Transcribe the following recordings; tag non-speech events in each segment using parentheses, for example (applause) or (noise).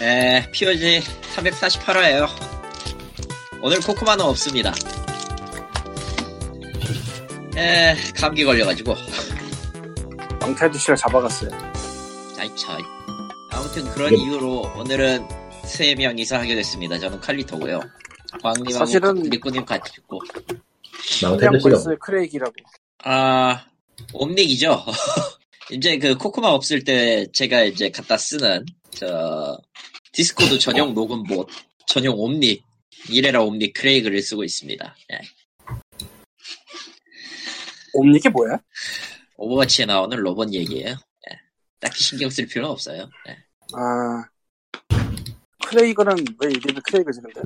에, POG 348화예요. 오늘 코코마는 없습니다. 에, 감기 걸려가지고. 망태 아저씨가 잡아갔어요. 아이, 참. 아무튼 네. 그런 이유로 오늘은 세 명이서 하게 됐습니다. 저는 칼리토고요. 광님하고 사실은- 리꾸님 같이 있고. 망태 태양 아저씨가 폴스 크레이기라고. 아, 옴닉이죠. (laughs) 이제 그 코코마 없을 때 제가 이제 갖다 쓰는 저 디스코드 전용 녹음봇 전용 옴닉 이래라 옴닉 크레이그를 쓰고 있습니다. 예. 옴니 이게 뭐야? 오버워치에 나오는 로봇 얘기예요. 예. 딱히 신경 쓸 필요는 없어요. 예. 아 크레이거는 왜 이름이 크레이거지 근데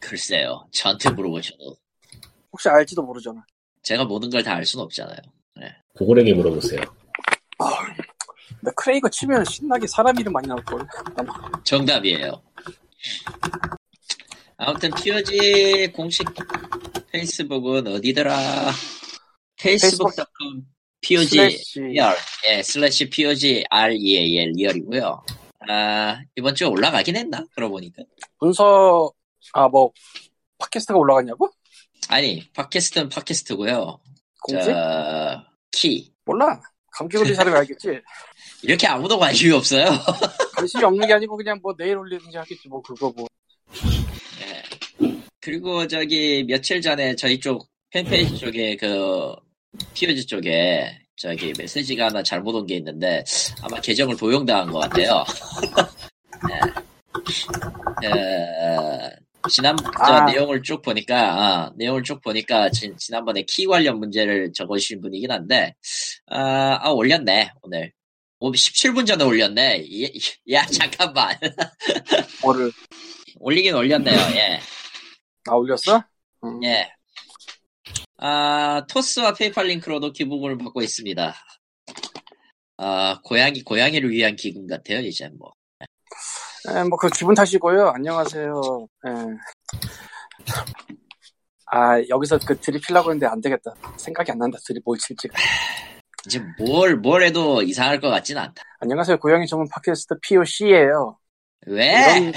글쎄요, 저한테 물어보셔도 혹시 알지도 모르잖아. 제가 모든 걸 다 알 수는 없잖아요. 고고랭이 물어보세요. 근데 크레이거 치면 신나게 사람 이름 많이 나올 걸. 정답이에요. 아무튼 POG 공식 페이스북은 어디더라? facebook.com POG 슬래시 r 예, 슬래시 POG r e a l 리얼이고요. 아, 이번 주에 올라가긴 했나? 그러고 보니까. 문서 아 뭐 팟캐스트가 올라갔냐고? 아니, 팟캐스트는 팟캐스트고요. 공지? 저, 키. 몰라. 몰라. 감기 걸린 사람이 알겠지. 이렇게 아무도 관심이 없어요. (laughs) 관심이 없는 게 아니고 그냥 뭐 내일 올리든지 하겠지 뭐 그거 뭐. 예. 그리고 저기 며칠 전에 저희 쪽 팬페이지 쪽에 그 피어즈 쪽에 저기 메시지가 하나 잘못 온 게 있는데 아마 계정을 도용당한 것 같아요. (laughs) 네. 예. 예, 지난 저 아. 내용을 쭉 보니까 아, 내용을 쭉 보니까 지, 지난번에 키 관련 문제를 적으신 분이긴 한데 아, 아, 올렸네 오늘 오, 17분 전에 올렸네 예, 야 잠깐만 (laughs) 뭐를 올리긴 올렸네요 예 나 올렸어? 음. 예. 아, 토스와 페이팔 링크로도 기부금을 받고 있습니다. 아, 고양이, 고양이를 위한 기금 같아요, 이제 뭐. 예, 뭐, 그 기분 탓이고요. 안녕하세요. 예. 아, 여기서 그 드립히려고 했는데 안 되겠다. 생각이 안 난다. 드립 뭘 칠지. 이제 뭘, 뭘 해도 이상할 것 같진 않다. 안녕하세요. 고양이 전문 팟캐스트 POC예요. 왜?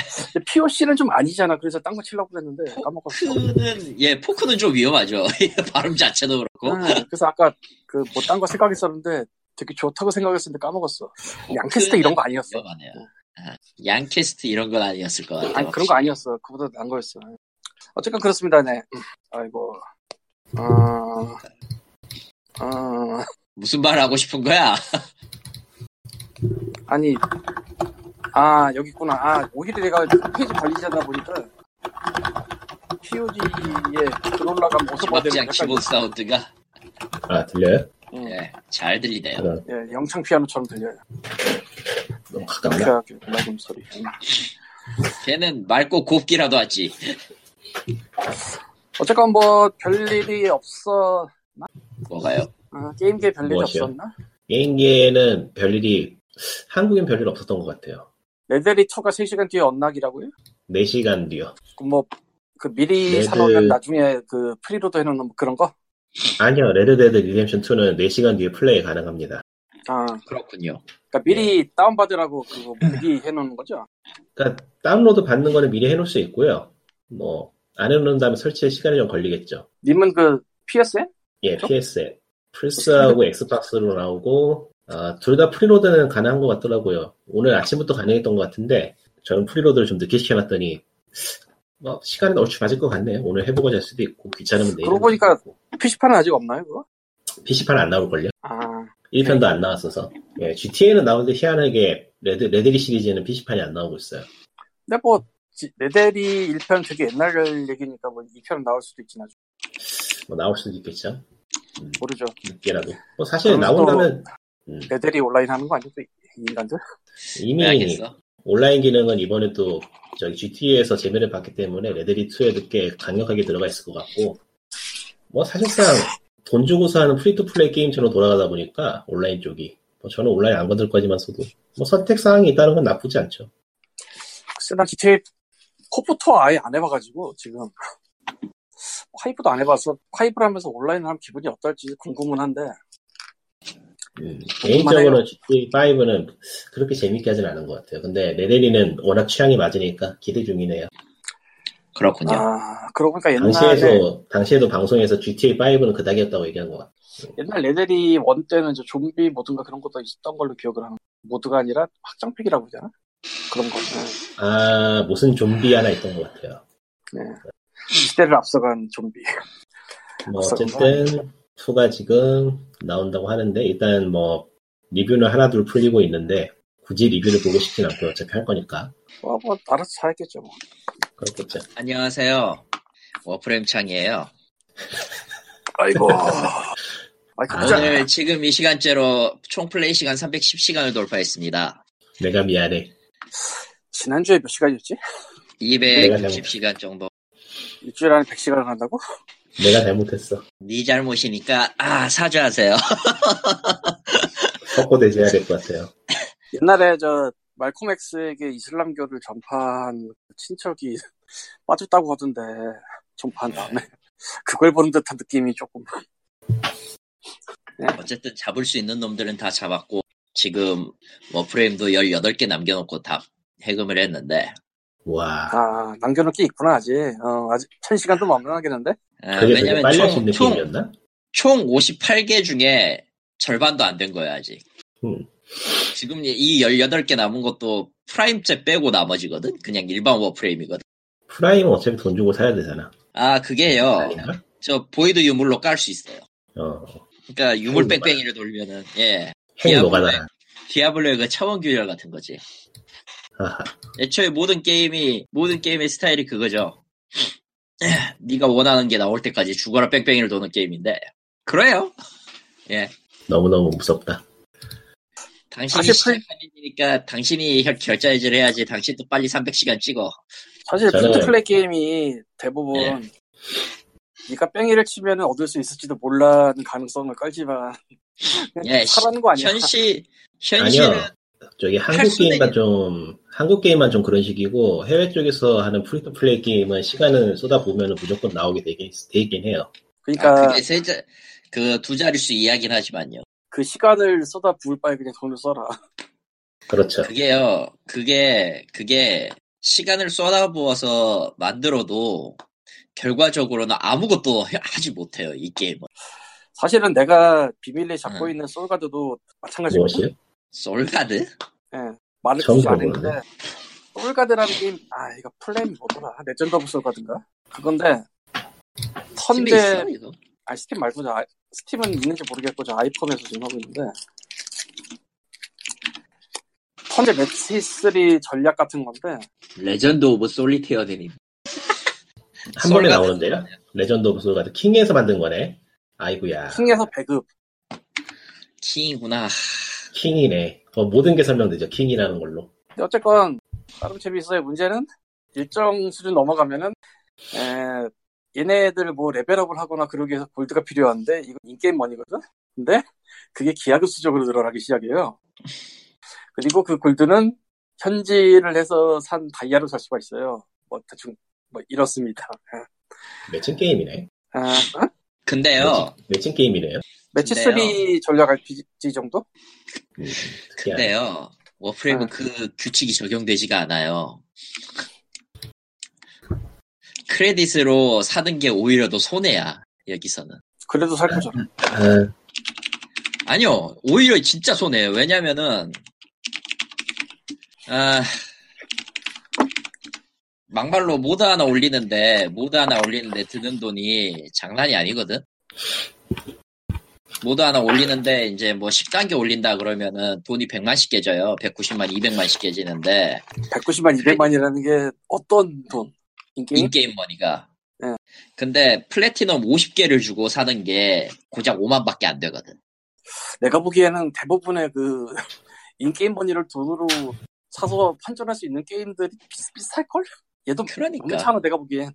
POC는 좀 아니잖아. 그래서 딴 거 치려고 그랬는데 까먹었어. 포크는, 예, 포크는 좀 위험하죠. (laughs) 발음 자체도 그렇고. 예, 그래서 아까 그 뭐 딴 거 생각했었는데 되게 좋다고 생각했었는데 까먹었어. 양캐스트 이런 거 아니었어. 위험하네요. 아, 양캐스트 이런 건 아니었을 것 같아요. 아니, 그런 거 아니었어. 그보다 난 거였어. 어쨌건 그렇습니다. 네. 아이고. 어... 어... 무슨 말 하고 싶은 거야? 아, (laughs) 아니 아 여기 있구나 아 오히려 내가 페이지 관리자다 보니까 POG에 들어올라가면 어서 봐야 주먹장 되는 키보드 사운드가. 아 들려요? 예, 잘 들리네요. 그럼 예, 영창 피아노처럼 들려요 너무 그렇게 어, 가깝나? 하게 맑은 소리 걔는 맑고 곱기라도 하지. 어쨌건 뭐 별일이 없어 뭐가요? 아, 게임계 별일이 무엇이요? 없었나? 게임계에는 별일이 한국엔 별일 없었던 것 같아요. 레데리 2가 3시간 뒤에 언락이라고요? 4시간 뒤요. 뭐그 미리 레드- 사놓으면 나중에 그 프리로드 해놓는 뭐 그런 거? 아니요. 레드데드 리뎀션 2는 4시간 뒤에 플레이 가능합니다. 아 그렇군요. 그러니까 미리 네. 다운받으라고 그거 뭐 (laughs) 미리 해놓는 거죠? 그러니까 다운로드 받는 거는 미리 해놓을 수 있고요. 뭐 안 해놓은 다음에 설치에 시간이 좀 걸리겠죠. 님은 그 PSN? 예, 그렇죠? PSN. 플스하고 엑스박스로 나오고 아, 둘 다 프리로드는 가능한 것 같더라고요. 오늘 아침부터 가능했던 것 같은데 저는 프리로드를 좀 늦게 시켜놨더니 뭐 시간은 얼추 맞을 것 같네요. 오늘 해보고 잘 수도 있고 귀찮으면 내일. 그러고 보니까 PC판은 아직 없나요 그거? PC판 안 나올걸요? 아 1편도 안 나왔어서. 예, GTA는 나오는데 희한하게 레드, 레드리 시리즈는 PC판이 안 나오고 있어요. 근데 뭐 지- 레데리 1편 되게 옛날 얘기니까 뭐 2편은 나올 수도 있지 나중에 뭐 나올 수도 있겠죠. 모르죠 늦게라도. 뭐 사실 그럼 또- 나온다면 음, 레데리 온라인 하는 거 아니야 또이 인간들 이미 네, 알겠어. 온라인 기능은 이번에 또 저기 GTA에서 재미를 봤기 때문에 레드리 2에도 꽤 강력하게 들어가 있을 것 같고 뭐 사실상 돈 주고서 하는 프리투플레이 게임처럼 돌아가다 보니까 온라인 쪽이 뭐 저는 온라인 안 건들 거지만 써도 뭐 선택 사항이 있다는 건 나쁘지 않죠. 글쎄 난 GTA 코프토 아예 안 해봐가지고 지금 화이브도 안 해봐서 화이브를 하면서 온라인을 하면 기분이 어떨지 궁금은 한데 음, 개인적으로 GTA5는 그렇게 재밌게 하진 않은 것 같아요. 근데 레데리는 워낙 취향이 맞으니까 기대 중이네요. 그렇군요. 아, 그러고 보니까 옛날에 당시에도, 당시에도 방송에서 GTA5는 그닥이었다고 얘기한 것 같아요. 옛날 레데리 원 때는 저 좀비 모든가 그런 것도 있었던 걸로 기억을 하는 모드가 아니라 확장팩이라고 하잖아 그런 거는 아, 무슨 좀비 하나 있던 것 같아요. 시대를 앞서간 좀비 뭐, 어쨌든, 2가 지금 나온다고 하는데, 일단 뭐, 리뷰는 하나둘 풀리고 있는데, 굳이 리뷰를 보고 싶진 않고 어차피 할 거니까. 뭐, 뭐 알아서 사야겠죠 뭐 그렇겠죠. 안녕하세요. 워프레임 창이에요. (laughs) 아이고 아이 아, 진짜 오늘 지금 이 시간째로 총 플레이 시간 310시간을 돌파했습니다. 내가 미안해. 지난주에 몇 시간이었지? 260시간 정도. 일주일 안에 100시간을 한다고? 내가 잘못했어. 네 잘못이니까 아 사죄하세요. (laughs) 섞고 대지해야 될 것 같아요. 옛날에 저 말콤 엑스에게 이슬람교를 전파한 친척이 (laughs) 빠졌다고 하던데 전파한 다음에 (laughs) 그걸 보는 듯한 느낌이 조금 어쨌든 잡을 수 있는 놈들은 다 잡았고 지금 워프레임도 18개 남겨놓고 다 해금을 했는데 와. 아 남겨놓을 게 있구나 아직 어, 아직 천 시간도 만만하겠는데 아, 그게 되게 왜냐면 빨리 할 수 총, 있는 총, 게임이었나? 총 58개 중에 절반도 안 된 거야 아직. 음. 지금 이 18개 남은 것도 프라임째 빼고 나머지거든? 그냥 일반 워프레임이거든. 프라임은 어차피 돈 주고 사야 되잖아. 아, 그게요. 아닌가? 저 보이드 유물로 깔 수 있어요. 어. 그러니까 유물 아이고, 뺑뺑이를 돌면은 예. 핵 디아블로에- 녹아나. 디아블로의 그 차원 규율 같은 거지. 아하. 애초에 모든 게임이 모든 게임의 스타일이 그거죠. (clears throat) 네가 원하는 게 나올 때까지 죽어라 뺑뺑이를 도는 게임인데 그래요. 너무너무 무섭다. 당신이 사실 플- 시작하니까 당신이 결- 결제해지를 해야지 당신도 빨리 300시간 찍어. 사실 저는- 프리투플레이 게임이 대부분 네. 예. 네가 뺑이를 치면 얻을 수 있을지도 몰라는 가능성을 깔지만 예, (laughs) 사라는 거 아니야? 현실 현실은 아니요. 저기 할 한국 수는 게임만 좀, 한국 게임만 좀 그런 식이고, 해외 쪽에서 하는 프리토 플레이 게임은 시간을 쏟아보면 무조건 나오게 되긴, 되긴 해요. 아, 그러니까 그게 세자 그두 자릿수 이야긴 하지만요. 그 시간을 쏟아 부을 바에 그냥 돈을 써라 (laughs) 그렇죠. 그게요. 그게 그게 시간을 쏟아부어서 만들어도 결과적으로는 아무것도 해- 하지 못해요 이 게임은. 사실은 내가 비밀리에 잡고 음. 네. 있는 솔가드도 마찬가지거든 무엇이요? 솔가드? 예, 말을 뭐, 처음 굳이 안 들어보네. 했는데 솔가드라는 게임 아 이거 플레임 뭐더라 레전드 오브 솔가드인가 그건데 스팀에 턴제 있어, 이거? 아 스팀 말고 저 아이- 스팀은 있는지 모르겠고 저 아이폰에서 지금 하고 있는데 턴제 매치3 전략 같은 건데 레전드 오브 솔리테어 대님. 한 솔가드. 번에 나오는데요? 레전드 오브 솔가드 킹에서 만든 거네. 아이구야. 승에서 배급 킹이구나. 킹이네. 어, 모든 게 설명되죠. 킹이라는 걸로. 근데 어쨌건 다른 재미있어요 문제는 일정 수준 넘어가면은 에, 얘네들 뭐 레벨업을 하거나 그러기 위해서 골드가 필요한데 이건 인게임 머니거든 근데 그게 기하급수적으로 늘어나기 시작해요 그리고 그 골드는 현질을 해서 산 다이아로 살 수가 있어요 뭐 대충 뭐 이렇습니다 매칭 게임이네. 아, 어? 근데요. 매칭 게임이네요. 매치 근데요. 3 전략 RPG 정도? 음, 특이하네. 근데요. 워프레임은 아. 그 규칙이 적용되지가 않아요. 크레딧으로 사는 게 오히려 더 손해야. 여기서는. 그래도 살 거죠. 아, 아니요. 오히려 진짜 손해예요. 왜냐면은 아 막말로 모드 하나 올리는데 모드 하나 올리는데 드는 돈이 장난이 아니거든. 모드 하나 올리는데 이제 뭐 10단계 올린다 그러면은 돈이 100만씩 깨져요. 190만, 200만씩 깨지는데 190만, 200만이라는 게 어떤 돈? 인게임? 인게임 머니가. 네. 근데 플래티넘 50개를 주고 사는 게 고작 5만밖에 안 되거든. 내가 보기에는 대부분의 그 (laughs) 인게임 머니를 돈으로 사서 환전할 수 있는 게임들이 비슷비슷할걸? 얘도 그러니까. 너무 차나 내가 보기엔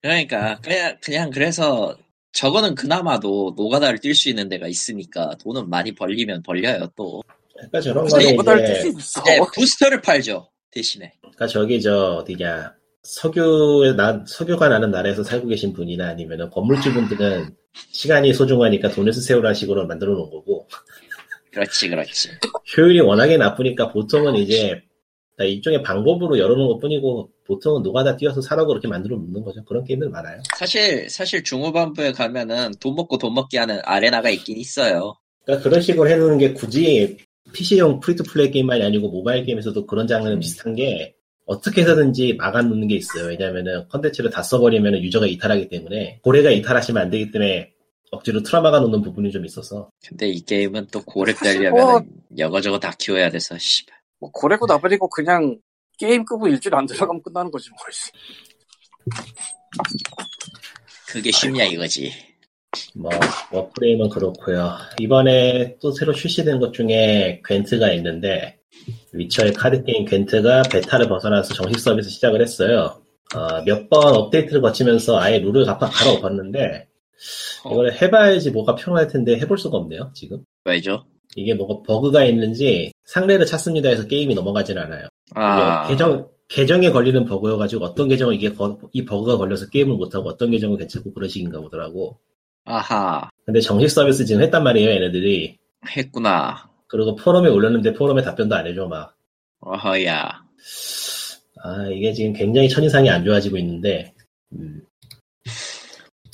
그러니까 그냥 그냥 그래서 저거는 그나마도 노가다를 뛸 수 있는 데가 있으니까 돈은 많이 벌리면 벌려요 또. 그러니까 저런 그래서 거는 이거를 뜰수 이제, 있어 네, 부스터를 팔죠 대신에. 그러니까 저기 저 어디냐 석유에 나 석유가 나는 나라에서 살고 계신 분이나 아니면은 건물주분들은 시간이 소중하니까 돈을 쓰세요라는 식으로 만들어 놓은 거고 그렇지, 그렇지. 효율이 워낙에 나쁘니까 보통은 이제 다 일종의 방법으로 열어놓은 것 뿐이고 보통은 노가다 뛰어서 사라고 그렇게 만들어 놓는 거죠. 그런 게임들 많아요. 사실, 사실 중후반부에 가면은 돈 먹고 돈 먹기 하는 아레나가 있긴 있어요. 그러니까 그런 식으로 해놓는 게 굳이 PC용 프리투플레이 게임만이 아니고 모바일 게임에서도 그런 장르는 비슷한 게 어떻게 해서든지 막아놓는 게 있어요. 왜냐면은 컨텐츠를 다 써버리면 유저가 이탈하기 때문에 고래가 이탈하시면 안 되기 때문에 억지로 틀어막아 놓는 부분이 좀 있어서 근데 이 게임은 또 고를 사실 때려면 여거저거 다 키워야 돼서, 씨발. 뭐 고래고 나발이고 그냥 게임 끄고 일주일 안 들어가면 끝나는 거지 뭐. 씨. 그게 쉽냐 이거지. 뭐 워프레임은 그렇고요. 이번에 또 새로 출시된 것 중에 괜트가 있는데 위쳐의 카드 게임 괜트가 베타를 벗어나서 정식 서비스 시작을 했어요. 몇 번 업데이트를 거치면서 아예 룰을 갚아 갈아엎었는데 이걸 해봐야지 뭐가 필요할 텐데 해볼 수가 없네요 지금. 왜죠? 이게 뭐가 버그가 있는지 상례를 찾습니다 해서 게임이 넘어가진 않아요. 아, 이게 계정 계정에 걸리는 버그여가지고 어떤 계정은 이게 거- 이 버그가 걸려서 게임을 못하고 어떤 계정은 괜찮고 그런 식인가 보더라고. 아하, 근데 정식 서비스 지금 했단 말이에요 얘네들이. 했구나. 그리고 포럼에 올렸는데 포럼에 답변도 안 해줘 막. 어허야. 아 이게 지금 굉장히 천이상이 안 좋아지고 있는데. 음.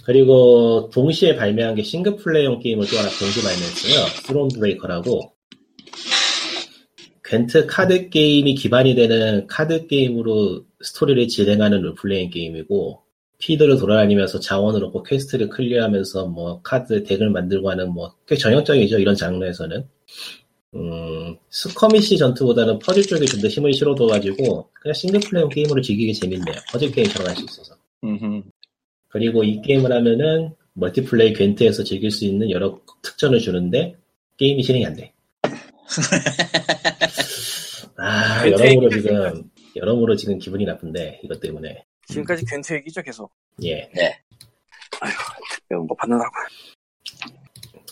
그리고 동시에 발매한 게 싱글플레이용 게임을 또 하나 동시 발매했어요. 스론 브레이커라고. 괜트 카드 게임이 기반이 되는 카드 게임으로 스토리를 진행하는 롤플레잉 게임이고 피드를 돌아다니면서 자원을 얻고 퀘스트를 클리어하면서 뭐 카드 덱을 만들고 하는 뭐 꽤 전형적이죠 이런 장르에서는 음, 스커미시 전투보다는 퍼즐 쪽에 좀 더 힘을 실어둬가지고 그냥 싱글플레이어 게임으로 즐기기 재밌네요 퍼즐 게임처럼 할 수 있어서 음흠. 그리고 이 게임을 하면은 멀티플레이 괜트에서 즐길 수 있는 여러 특전을 주는데 게임이 실행이 안 돼. 아 여러모로 지금 여러모로 지금 기분이 나쁜데 이것 때문에 지금까지 괜트 얘기죠 계속. 예. 네. 이런 거 받는다고.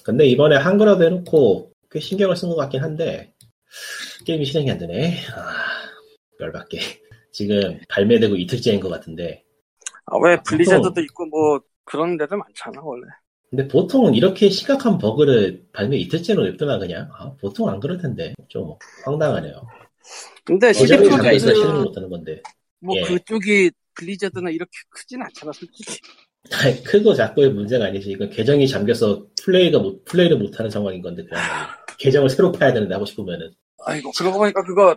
근데 이번에 한글화도 해놓고 꽤 신경을 쓴 것 같긴 한데 게임이 실행이 안 되네. 아, 열받게 (laughs) 지금 발매되고 이틀째인 것 같은데 아, 왜 블리자드도 어. 있고 뭐 그런 데들 많잖아 원래. 근데 보통은 이렇게 심각한 버그를 발매 이틀째로 냅두나 그냥 아, 보통 안 그럴 텐데 좀 황당하네요. 근데 어차피 어차피 시리즈가 작품에서 있어요. 실행을 시리프로드뭐 못하는 건데 (laughs) 예. 그쪽이 블리자드나 이렇게 크진 않잖아 솔직히. 아니, 크고 작고의 문제가 아니지 이건 계정이 잠겨서 플레이가 못 플레이를 못하는 상황인 건데 그야말로 계정을 새로 파야 되는데 하고 싶으면은 아이고 그러고 보니까 그거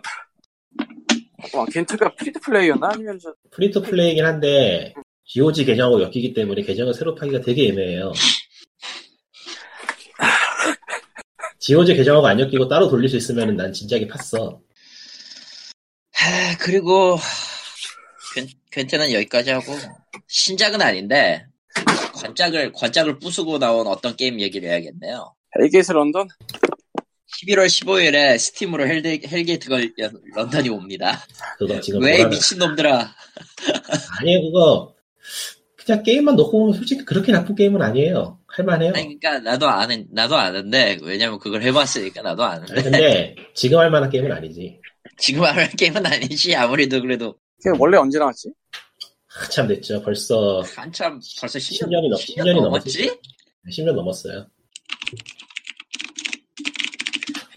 와 괜트가 프리드 플레이였나 아니면 저 프리토 플레이긴 한데 GOG 계정하고 엮이기 때문에 계정을 새로 파기가 되게 애매해요. GOG 계정하고 안 엮이고 따로 돌릴 수 있으면은 난 진작에 팠어. 하, 그리고 괜- 괜찮은 여기까지 하고 신작은 아닌데 관짝을 관짝을 부수고 나온 어떤 게임 얘기를 해야겠네요. 헬게이트 런던 11월 15일에 스팀으로 헬데, 헬게이트 걸 연- 런던이 옵니다. 그거 지금 왜 뭐라- 미친놈들아. 아니 그거 그냥 게임만 놓고 보면 솔직히 그렇게 나쁜 게임은 아니에요. 할만해요. 아니, 그러니까 나도 아는 나도 아는데 왜냐면 그걸 해봤으니까 나도 아니, 아는데 근데 지금 할만한 게임은 아니지. 지금 말할 게임은 아니지 아무래도 그래도 그게 원래 언제 나왔지? 아, 한참 됐죠. 벌써 한참 벌써 10년, 10년이 넘- 10년이 넘었지? 10년 넘었어요.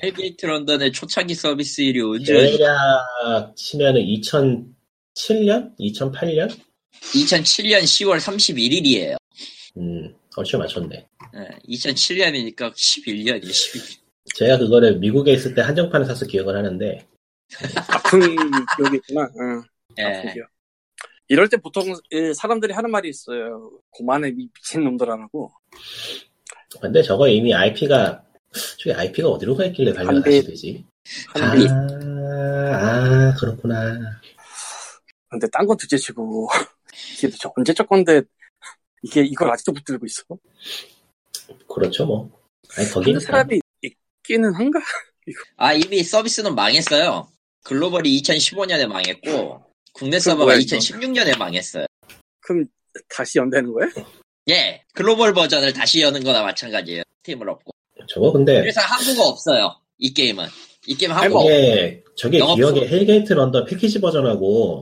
헬게이트 런던의 초창기 서비스일이 언제 대략 치면은 2007년, 2008년, 네. 2007년 10월 31일이에요. 음 얼추 맞췄네. 예, 2007년이니까 11년이 11년. 제가 그거를 미국에 있을 때 한정판을 사서 기억을 하는데 아픈 기억이 있구나. 응. 예. 아픈 기억. 이럴 때 보통 예, 사람들이 하는 말이 있어요. 고만해 미친 놈들하고 근데 저거 이미 IP가 저기 IP가 어디로 가 있길래 발매가 다시 한데- 되지? 아, 하는데 아 그렇구나. 근데 딴 건 둘째 치고 (laughs) 이게 도대체 언제적 건데 이게 이걸 아직도 붙들고 있어? 그렇죠 뭐. 아니 거기 하는 사람이 있기는 한가? 아, 이미 서비스는 망했어요. 글로벌이 2015년에 망했고, 국내 서버가 뭐야, 이거? 2016년에 망했어요. 그럼 다시 연대는 거야? 예, 글로벌 버전을 다시 여는 거나 마찬가지예요. 팀을 없고. 저거 근데 그래서 한국어 없어요. 이 게임은. 이 게임 아니, 한국어. 저게 저게 영업 기억에 프로. 헬게이트 런던 패키지 버전하고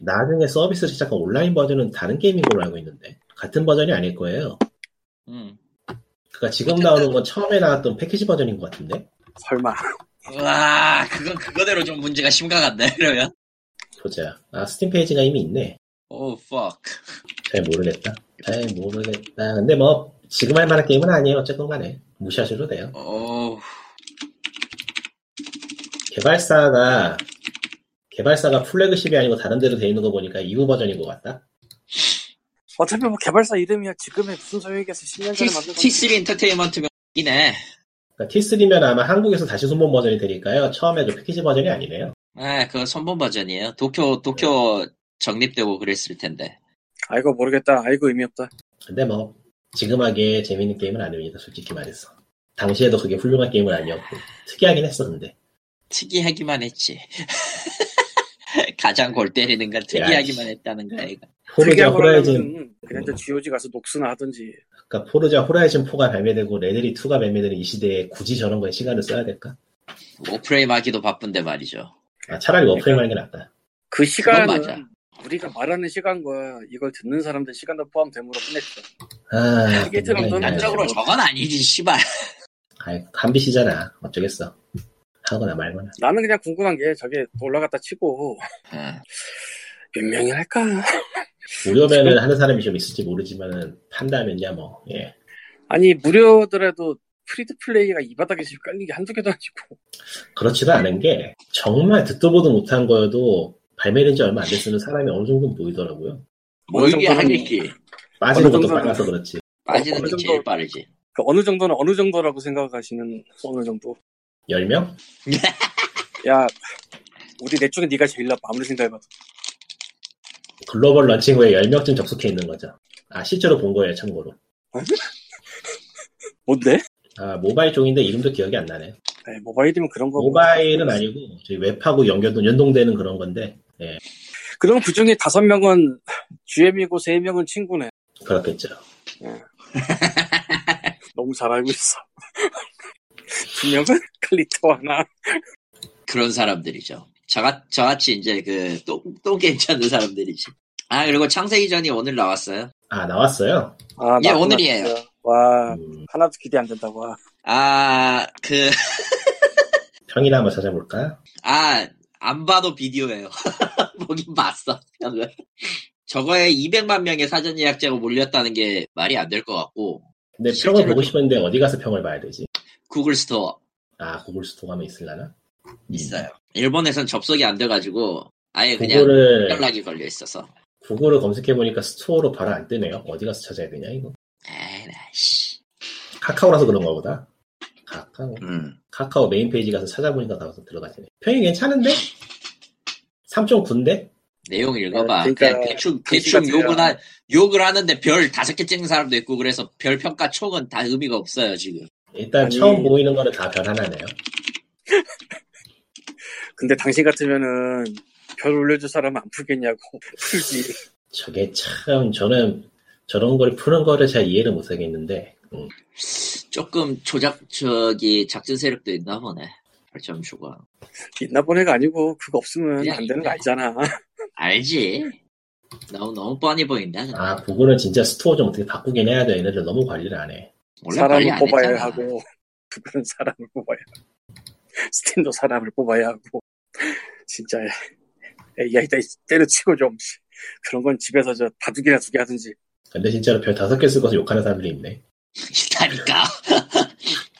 나중에 서비스 시작한 온라인 버전은 다른 게임인 걸로 알고 있는데 같은 버전이 아닐 거예요. 음. 그니까 지금 어쨌든- 나오는 건 처음에 나왔던 패키지 버전인 것 같은데? 설마. 와, 그건 그거대로 좀 문제가 심각한데, (laughs) 그러면. 보자. 아, 스팀 페이지가 이미 있네. 오, Oh, fuck. 잘 모르겠다. 잘 모르겠다. 근데 뭐, 지금 할 만한 게임은 아니에요. 어쨌건 간에. 무시하셔도 돼요. 오, 개발사가, 개발사가 플래그십이 아니고 다른 데로 돼 있는 거 보니까 이후 버전인 것 같다. 어차피 뭐 개발사 이름이야 지금의 무슨 소용이겠어 10년 T, 전에 만든 건 T3 엔터테인먼트면 이네. 그러니까 T3면 아마 한국에서 다시 손본 버전이 되니까요. 처음에 그 패키지 버전이 아니네요. 아, 그건 선본 버전이에요. 도쿄, 도쿄 적립되고 그랬을 텐데. 아이고 모르겠다 아이고 의미 없다 근데 뭐, 지금 하기에 재밌는 게임은 아닙니다. 솔직히 말해서. 당시에도 그게 훌륭한 게임은 아니었고. 특이하긴 했었는데. 특이하기만 했지. (laughs) 가장 골 때리는 건 특이하기만 했다는 거야, 이거. 포르자 특이한 거라면은 호라이즌, 음, 그냥 저 GOG 가서 녹스나 하든지 그러니까 포르자 호라이즌 4가 발매되고 레데리 2가 발매되는 이 시대에 굳이 저런 거에 시간을 써야 될까? 워프레임 하기도 바쁜데 말이죠. 아, 차라리 워프레임 하는 게 낫다. 그 맞아. 시간은 우리가 말하는 시간과 이걸 듣는 사람들 시간도 포함됨으로 끝냈죠 아, 이게 좀 뭔가 네. 단적으로 뭐- 저건 아니지, 씨발. 아이, 감비시잖아. 어쩌겠어. 하거나 말거나. 나는 그냥 궁금한 게 저게 올라갔다 치고 아, 몇 명이 할까 무료면은 하는 사람이 좀 있을지 모르지만은 판다면야 뭐. 예. 아니 무료더라도 프리드 플레이가 이 바닥에 지금 깔리게 한두 개도 아니고 그렇지도 않은 게 정말 듣도 보도 못한 거여도 발매된 지 얼마 안 됐으면 사람이 어느 정도는 보이더라고요. 모이게 어느 정도는- 하겠기. 빠지는 어느 것도 정도는- 빨라서 그렇지. 빠지는 어느 게 정도- 제일 빠르지. 그 어느 정도는 어느 정도라고 생각하시는 어느 정도 10명? 야 우리 넷 중에 네가 제일 나빠 아무리 생각해봐도 글로벌 런칭 후에 10명쯤 접속해 있는 거죠. 아, 실제로 본 거예요, 참고로. 뭔데? 아, 모바일 쪽인데 이름도 기억이 안 나네. 네, 모바일이면 그런 거 모바일은 뭐. 아니고 저희 웹하고 연결도 연동되는 그런 건데 예 그럼 그 중에 다섯 명은 GM이고 세 명은 친구네. 그렇겠죠 너무 잘 알고 있어. (laughs) 두 명은 칼리토 하나. 그런 사람들이죠. 저같, 저같이 이제 그, 똥, 똥 게임 찾는 사람들이지. 아, 그리고 창세기전이 오늘 나왔어요. 아 나왔어요 아, 예, 맞구나, 오늘이에요. 진짜. 와, 음, 하나도 기대 안 된다, 와. 아, 그, 평이나 한번 찾아볼까 아, 안 봐도 비디오예요. (laughs) 보긴 봤어. 그냥. 저거에 200만 명의 사전 예약자가 몰렸다는 게 말이 안 될 것 같고, 근데 실제로 평을 보고 좀- 싶은데 어디 가서 평을 봐야 되지 구글 스토어 음. 아 구글 스토어 가면 있을라나 음. 있어요. 일본에선 접속이 안 돼가지고, 아예 그냥 구글을 연락이 걸려 있어서. 구글을 검색해 보니까 스토어로 바로 안 뜨네요 어디 가서 찾아야 되냐 이거 에이, 나, 씨. 카카오라서 그런가 보다 카카오 음. 카카오 메인 페이지 가서 찾아보니까 나와서 들어가지네 평이 괜찮은데 3.9인데 내용 읽어봐. 그러니까 그냥 대충, 글씨가 대충 욕은, 돼야. 하, 욕을 하는데 별 다섯 개 찍는 사람도 있고, 그래서 별 평가 총은 다 의미가 없어요, 지금. 일단 아니. 처음 보이는 거는 다 별 하나네요 근데 당신 같으면은 별 올려줄 사람은 안 풀겠냐고. (laughs) 풀지. 저게 참 저는 저런 걸 푸는 거를 잘 이해를 못 하겠는데 음, 조금 조작, 저기, 작전 세력도 있나 보네. 발전 주가. 있나 보네가 아니고, 그거 없으면 그냥 안 되는 있네. 거 알잖아. 알지. 너무 너무 뻔히 보인다. 근데. 아 구글은 진짜 스토어 좀 어떻게 바꾸긴 해야 돼 얘네들 너무 관리를 안해 원래 관리 사람을 안 뽑아야 했잖아. (laughs) 하고, 그거는 사람을 뽑아야 하고, 스팀도 사람을 뽑아야 하고, 진짜, AI다, 때려치고 좀. 씨. 그런 건 집에서 저 바둑이나 두개 하든지. 근데 진짜로 별 다섯 개 쓰고 서 욕하는 사람들이 있네 있다니까.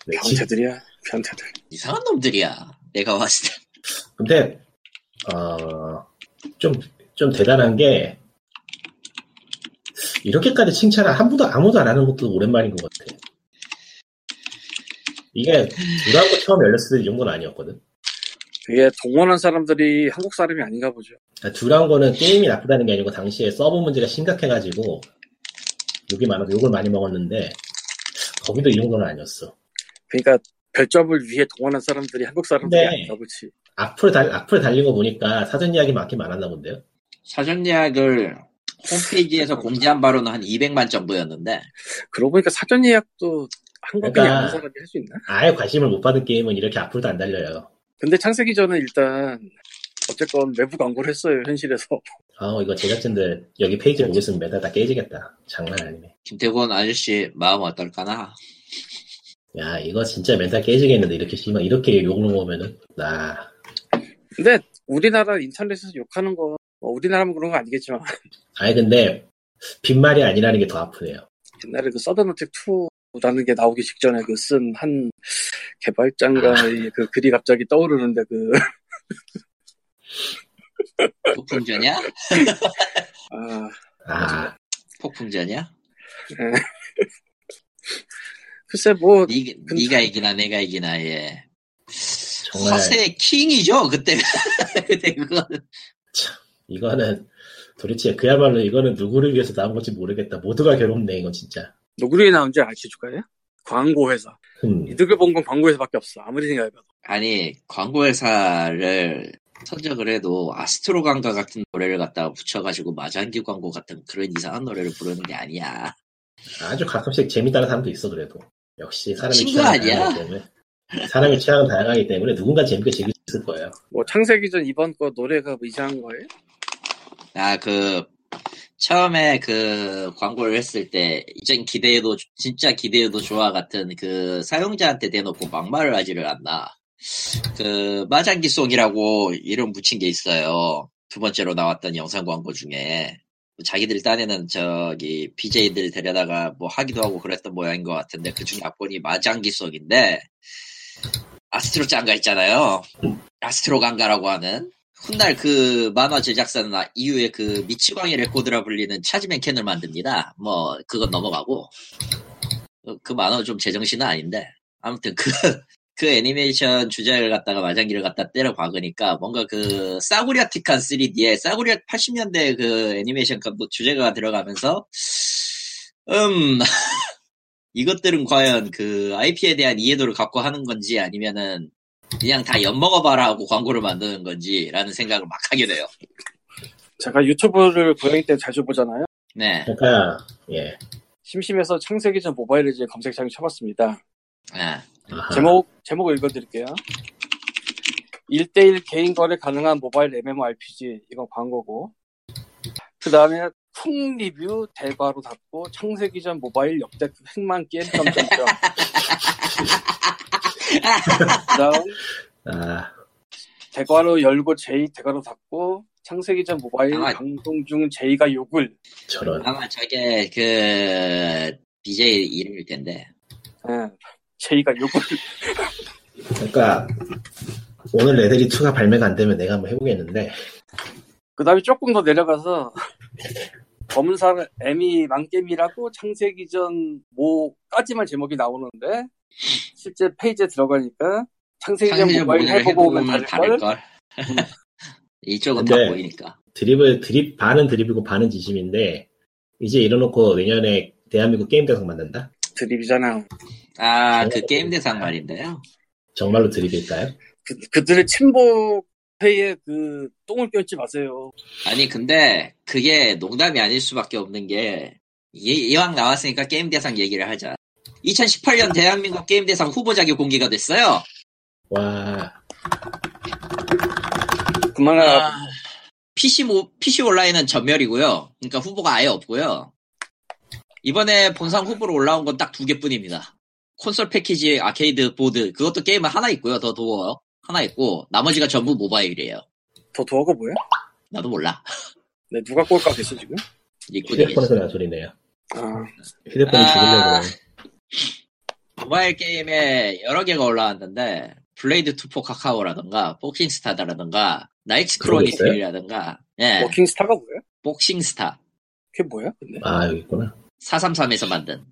근데, 지- 변태들이야, 변태들. 이상한 놈들이야. 내가 봤을 때. 근데 어, 좀, 좀 대단한 게 이렇게까지 칭찬을 아무도 아무도 안 하는 것도 오랜만인 것 같아 이게 누라고 처음 열렸을 때 이 정도는 아니었거든 그게 동원한 사람들이 한국 사람이 아닌가 보죠. 그러니까 두려운 거는 게임이 나쁘다는 게 아니고 당시에 서버 문제가 심각해가지고 욕이 많아서 욕을 많이 먹었는데 거기도 이 정도는 아니었어. 그러니까 별점을 위해 동원한 사람들이 한국 사람들이 네. 아닌가 보지. 앞으로 달 앞으로 달린 거 보니까 사전 이야기 많긴 많았나 본데요. 사전 예약을 홈페이지에서 공지한 바로는 한 200만 정도였는데 그러고 보니까 사전 예약도 한국에 그러니까- 아는 사람이 할 수 있나? 아예 관심을 못 받은 게임은 이렇게 앞으로도 안 달려요. 근데 창세기 전에 일단, 어쨌건 외부 광고를 했어요, 현실에서. (laughs) 아 이거 제작진들 여기 페이지 보고 있으면 매달 다 깨지겠다. 장난 아니네. 김태곤 아저씨 마음 어떨까나. 야, 이거 진짜 멘탈 깨지겠는데, 이렇게 심한, 이렇게 욕을 먹으면은. 나, 근데 우리나라 인터넷에서 욕하는 거, 뭐 우리나라만 그런 거 아니겠지만, (laughs) 아니, 근데, 빈말이 아니라는 게 더 아프네요. 옛날에 그 서든어택 2라는 게 나오기 직전에 그 쓴 한 개발자인가의 그 글이 갑자기 떠오르는데 그, 폭풍전이야? 아, 아, 폭풍전이야? 글쎄 뭐, 니, 근데- 니가 이기나 내가 이기나 예. 정말, 허세 킹이죠 그때 (laughs) 그때 그거 이거는, 도대체 그야말로 이거는 누구를 위해서 나온 건지 모르겠다. 모두가 괴롭네, 이건 진짜. 누구리 나온지 아시줄까요? 광고회사. 흠. 이득을 본 건 광고회사밖에 없어. 아무리 생각해봐도. 아니 광고회사를 선정을 해도 아스트로 강가 같은 노래를 갖다가 붙여가지고 마장기 광고 같은 그런 이상한 노래를 부르는 게 아니야. 아주 가끔씩 재밌다는 사람도 있어 그래도 역시 사람의 친구 취향은 아니야? 다양하기 때문에 사람의 취향은 다양하기 때문에 누군가 재밌게 즐길 수 있을 거예요 뭐 창세기 전 이번 거 노래가 뭐 이상한 거예요? 아 그 처음에 그 광고를 했을 때 이젠 기대해도 진짜 기대해도 좋아 같은 그 사용자한테 대놓고 막말을 하지를 않나. 그 마장기 송이라고 이름 붙인 게 있어요. 두 번째로 나왔던 영상 광고 중에 자기들 딴에는 저기 BJ들 데려다가 뭐 하기도 하고 그랬던 모양인 것 같은데 그 중에 악본이 마장기 송인데 아스트로 짱가 있잖아요. 아스트로 강가라고 하는 훗날 그 만화 제작사는 아- 이후에 그 미치광이 레코드라 불리는 차지맨 캔을 만듭니다. 뭐 그건 넘어가고 어, 그 만화 좀 제정신은 아닌데 아무튼 그 (laughs) 그 애니메이션 주제를 갖다가 마장기를 갖다 때려 박으니까 뭔가 그 싸구려틱한 3D에 싸구려 80년대 그 애니메이션 그 주제가 들어가면서 음 (laughs) 이것들은 과연 그 IP에 대한 이해도를 갖고 하는 건지 아니면은 그냥 다 엿먹어봐라 하고 광고를 만드는 건지라는 생각을 막 하게 돼요. 제가 유튜브를 고양이 때 자주 보잖아요. 네. 그러니까 예 심심해서 창세기 전 모바일에제 검색창에 쳐봤습니다. 아, 아하. 제목, 제목을 읽어드릴게요. 1대1 개인 거래 가능한 모바일 MMORPG. 이건 광고고. 그 다음에 풍 리뷰 대바로 닫고 창세기 전 모바일 역대 흑만 게임 점점점. 그 다음 아 대괄호 열고 제이 대괄호 닫고 창세기 전 모바일 아. 방송 중 제이가 욕을 저런 아마 저게 그 BJ 이름일 텐데. 예, 제이가 욕을 그러니까 오늘 레데리 2가 발매가 안 되면 내가 한번 해보겠는데 그 다음에 조금 더 내려가서 검은사 애미 망겜이라고 창세기 전 뭐까지만 제목이 나오는데 실제 페이지에 들어가니까 창세기 전 상대적 모바일 모델을 해보고 오면 해보면 다를걸 다를걸. (laughs) 이쪽은 근데- 다 보이니까. 드립을 드립 반은 드립이고 반은 진심인데 이제 이래놓고 내년에 대한민국 게임 대상 만든다 드립이잖아 아, 네. 그 게임 대상 말인데요. 정말로 드립일까요? 그, 그들의 친보 회의에 그 똥을 껴지 마세요 아니, 근데 그게 농담이 아닐 수밖에 없는 게 이, 왕 나왔으니까 게임 대상 얘기를 하자. 2018년 대한민국 게임 대상 후보작이 공개가 됐어요. 와 그만하라 그러니까 PC 모, PC 온라인은 전멸이고요. 그러니까 후보가 아예 없고요. 이번에 본상 후보로 올라온 건 딱 두 개뿐입니다. 콘솔 패키지 아케이드 보드 그것도 게임은 하나 있고요. 더 더워요. 하나 있고 나머지가 전부 모바일이에요. 더 도와가 뭐야? 나도 몰라. 네, 누가 꼴까 됐어 지금? (laughs) 있군요. 휴대폰에서 나 소리네요 아, 휴대폰이 아. 죽으려고 모바일 게임에 여러 개가 올라왔는데 블레이드 투포 카카오라든가 복싱스타다라든가 나이츠 그런 게 크로니클이라든가 네. 예 워킹스타가 뭐야? 복싱스타 그게 뭐야? 근데 아 여기 있구나 433에서 만든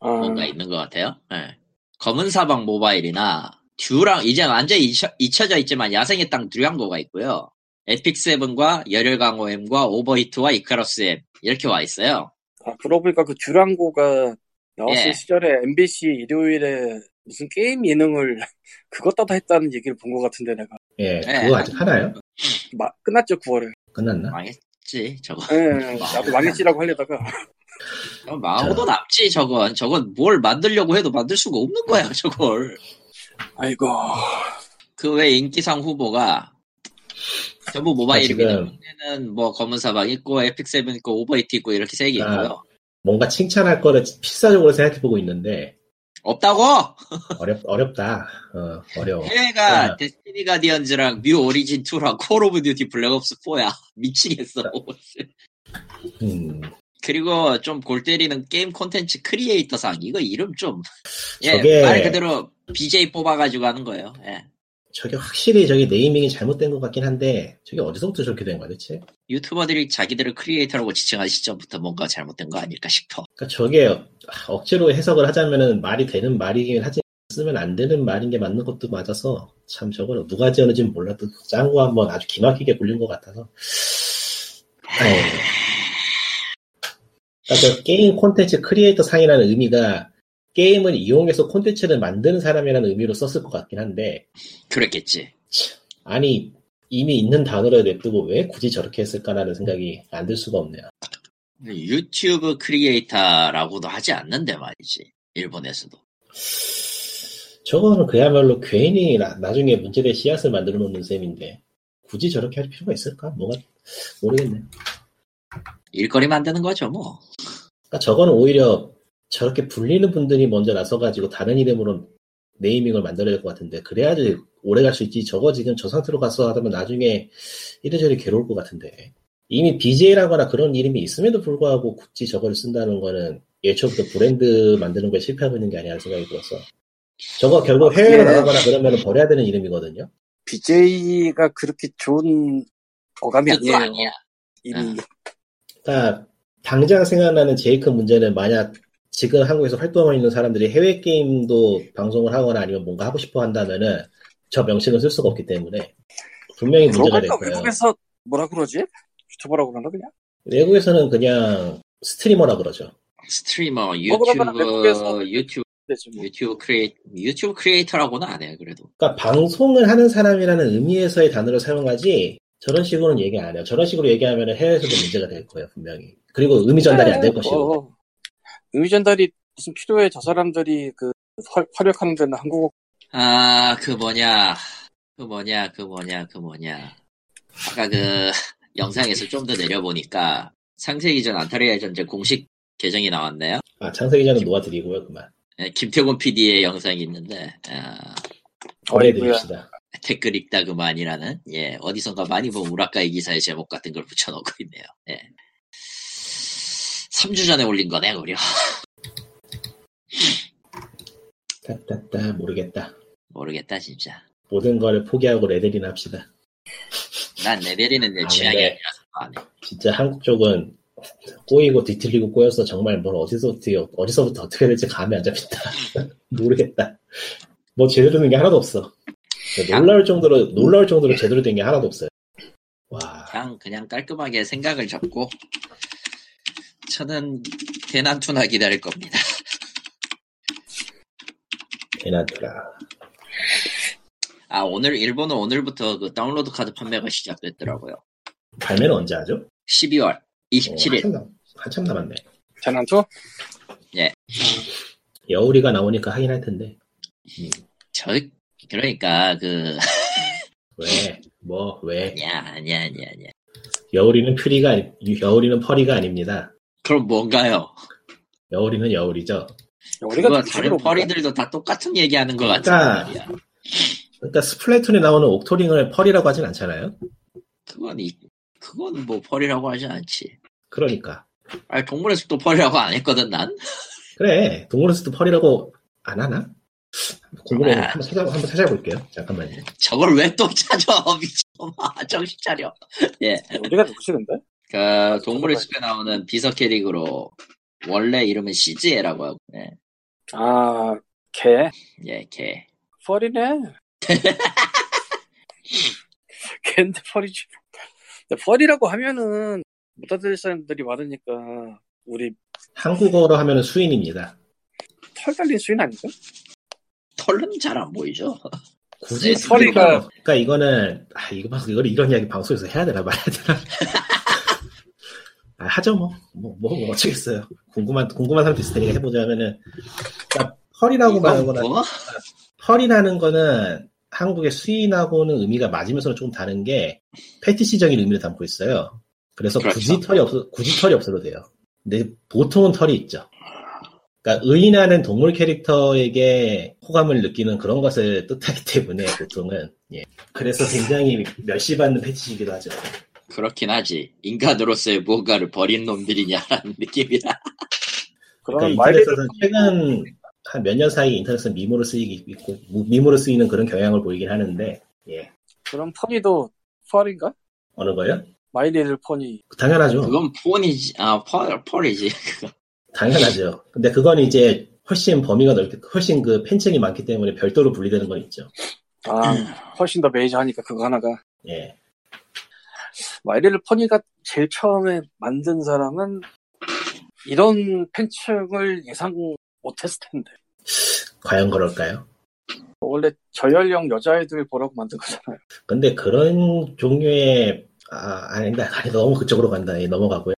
아, 뭔가 있는 것 같아요. 예. 검은 사방 모바일이나 듀랑 이제 완전히 잊혀, 잊혀져 있지만 야생의 땅 듀랑고가 있고요. 에픽 세븐과 열혈강호 M과 오버히트와 이카로스 M 이렇게 와 있어요. 아, 그러고 보니까 그 듀랑고가 나왔을 예. 시절에 MBC 일요일에 무슨 게임 예능을 (laughs) 그것다 다 했다는 얘기를 본 것 같은데 내가 예 네. 그거 아직 하나요? 마- 끝났죠 9월에 끝났나? 망했지 저거. 예, 나도 망했지라고 하려다가 저건 망하고도 남지 저건. 저건 뭘 만들려고 해도 만들 수가 없는 거야 (laughs) 저걸. 아이고 그 외 인기상 후보가 전부 모바일입니다. 아, 지금- 국내는 뭐 검은 사방 있고 에픽 세븐 있고 오버히트 있고 이렇게 세 개 아. 있고요. 뭔가 칭찬할 거를 필사적으로 생각해보고 있는데 없다고! 어렵 어렵다. 어, 어려워. 해외가 네. 데스티니 가디언즈랑 뉴 오리진 2랑 콜 오브 듀티 블랙옵스 4야. (laughs) 미치겠어. 네. 음, 그리고 좀 골 때리는 게임 콘텐츠 크리에이터상. 이거 이름 좀. 예, 저게- 말 그대로 BJ 뽑아가지고 하는 거예요. 예. 저게 확실히 저기 네이밍이 잘못된 것 같긴 한데 저게 어디서부터 저렇게 된 거야 대체? 유튜버들이 자기들을 크리에이터라고 지칭한 시점부터 뭔가 잘못된 거 아닐까 싶어. 그러니까 저게 억지로 해석을 하자면은 말이 되는 말이긴 하지만 쓰면 안 되는 말인 게 맞는 것도 맞아서 참 저거는 누가 지었는지는 몰라도 짱구 한번 아주 기막히게 굴린 것 같아서 아유. 그러니까 그 게임 콘텐츠 크리에이터 상이라는 의미가 게임을 이용해서 콘텐츠를 만드는 사람이라는 의미로 썼을 것 같긴 한데 그랬겠지. 아니 이미 있는 단어를 냅두고 왜 굳이 저렇게 했을까라는 생각이 안 들 수가 없네요 유튜브 크리에이터라고도 하지 않는데 말이지. 일본에서도. 저거는 그야말로 괜히 나, 나중에 문제될 씨앗을 만들어 놓는 셈인데 굳이 저렇게 할 필요가 있을까? 뭐가 모르겠네. 일거리 만드는 거죠, 뭐. 그러니까 저거는 오히려 저렇게 불리는 분들이 먼저 나서가지고 다른 이름으로 네이밍을 만들어야 될 것 같은데 그래야지 오래 갈 수 있지. 저거 지금 저 상태로 가서 하다면 나중에 이래저래 괴로울 것 같은데 이미 BJ라거나 그런 이름이 있음에도 불구하고 굳이 저걸 쓴다는 거는 예초부터 브랜드 만드는 거에 실패하고 있는 게 아니라 생각이 들어서 저거 결국 해외로 예. 나가거나 그러면 버려야 되는 이름이거든요. BJ가 그렇게 좋은 어감이 뜻도 아니에요. 아니야. 이미 그러니까 당장 생각나는 제일 큰 문제는 만약 지금 한국에서 활동하고 있는 사람들이 해외 게임도 방송을 하거나 아니면 뭔가 하고 싶어 한다면은 저 명칭을 쓸 수가 없기 때문에 분명히 문제가 될 그러니까 거예요. 외국에서 뭐라 그러지? 유튜버라고 그러나 그냥? 외국에서... 는 그냥 스트리머라 그러죠. 스트리머, 뭐 그러면 유튜브, 외국에서- 유튜브, 되지 뭐. 유튜브 크리에, 유튜브 크리에이터라고는 안 해요, 그래도. 그러니까 방송을 하는 사람이라는 의미에서의 단어를 사용하지 저런 식으로는 얘기 안 해요. 저런 식으로 얘기하면 해외에서도 문제가 될 거예요, 분명히. 그리고 의미 전달이 안 될 것이고. 어, 의미 전달이 무슨 필요해 저 사람들이 그 활- 활약하는 데는 한국어 아, 그 뭐냐. 그 뭐냐, 그 뭐냐, 그 뭐냐. 아까 그 (laughs) 영상에서 좀 더 내려보니까 상세기 전 안타리아 전제 공식 계정이 나왔네요. 아, 창세 기자는 놓아드리고요, 그만. 예, 김태곤 PD의 영상이 있는데, 아, 보내드립시다. 댓글 읽다 그만이라는, 예, 어디선가 많이 본 우라카이 기사의 제목 같은 걸 붙여놓고 (laughs) 있네요. 예. 3주 전에 올린 거네, 우려. 따따따, 모르겠다. 모르겠다, 진짜. 모든 거를 포기하고 레벨이나 합시다. 난 레벨이는 내 아, 취향이 근데- 아니라서 안 해. 진짜 한국 쪽은 꼬이고 뒤틀리고 꼬여서 정말 뭘 어디서부터 어디서부터 어떻게 해야 될지 감이 안 잡힌다. (laughs) 모르겠다. 뭐 제대로 된 게 하나도 없어. 놀라울 정도로 놀라울 정도로 제대로 된 게 하나도 없어요. 와, 그냥, 그냥 깔끔하게 생각을 잡고, 저는 대난투나 기다릴 겁니다. 대낮더라. 아, 오늘, 일본은 오늘부터 그 다운로드 카드 판매가 시작됐더라고요. 발매는 언제 하죠? 12월 어, 27일. 한참, 남, 한참 남았네. 재난투? 여우리가 나오니까 하긴 할 텐데. 저, 그러니까, 그, 왜? 뭐 왜? 아니야, 아니야, 아니야, 아니야. 여우리는 퓨리가 아니- 여우리는 퍼리가 아닙니다. 그럼 뭔가요? 여우리는 여우리죠. 우리가 그거 좀 다른 주로 버리들도 다 똑같은 얘기하는 것 같은 그러니까. 말이야. 그러니까 스플래툰에 나오는 옥토링을 펄이라고 하진 않잖아요. 그건 이, 그건 뭐 벌이라고 하지 않지. 그러니까 아, 동물의 숲도 벌이라고 안 했거든 난. 그래 동물원에서도 펄이라고 안 하나? 궁금해 아. 한번 찾아 한번 찾아볼게요. 잠깐만요. 저걸 왜 또 찾아 (laughs) 미친놈아 정신 차려. 예. 부르는 거야. 우리가 누구지 근데? 그 동물의 숲에 나오는 비서 캐릭으로 원래 이름은 시즈에라고 하고. 예, 아, 개. 예, 걔. 펄이네. 개인데 펄이지. 근데 펄이라고 하면은 못 알아들을 사람들이 많으니까 우리 한국어로 하면 수인입니다. 털 달린 수인 아닌가? 털은 잘 안 보이죠. 굳이 네, 수인으로 펄이가- 하면- 그러니까 이거는 아 이거 봐 이걸 이런 이야기 방송에서 해야 되나 말아야 (laughs) 되나? 아, 하죠 뭐 뭐 뭐 어쩌겠어요. 궁금한 궁금한 사람 있을 테니까 해보자면은 그러니까 펄이라고 이건 말하거나 뭐? 펄이라는 거는 한국의 수인하고는 의미가 맞으면서는 조금 다른 게 패티시적인 의미를 담고 있어요. 그래서 굳이 그렇죠. 털이 없어 굳이 털이 없어도 돼요. 근데 보통은 털이 있죠. 그러니까 의인하는 동물 캐릭터에게 호감을 느끼는 그런 것을 뜻하기 때문에 보통은 예. 그래서 굉장히 멸시받는 패치이기도 하죠. 그렇긴 하지. 인간으로서의 뭔가를 버린 놈들이냐라는 (laughs) 느낌이라. 그러면 그러니까 인터넷에서는 최근 한 몇 년 사이 인터넷에서 밈으로 쓰이기 있고 무- 밈으로 쓰이는 그런 경향을 보이긴 하는데 예 그럼 포니도 펄인가? 어느 거요? 마일리를 포니. 당연하죠. 그건 폰이지. 아, 펄, 펄이지. (laughs) 당연하죠. 근데 그건 이제 훨씬 범위가 넓게 훨씬 그 팬층이 많기 때문에 별도로 분리되는 건 있죠. 아, 훨씬 더 메이저하니까 그거 하나가. 예. 마일리를 포니가 제일 처음에 만든 사람은 이런 팬층을 예상 못했을 텐데. 과연 그럴까요? 원래 저연령 여자애들 보라고 만든 거잖아요. 근데 그런 종류의 아 아니다 (laughs) 아니 너무 그쪽으로 간다 예, 넘어가고요.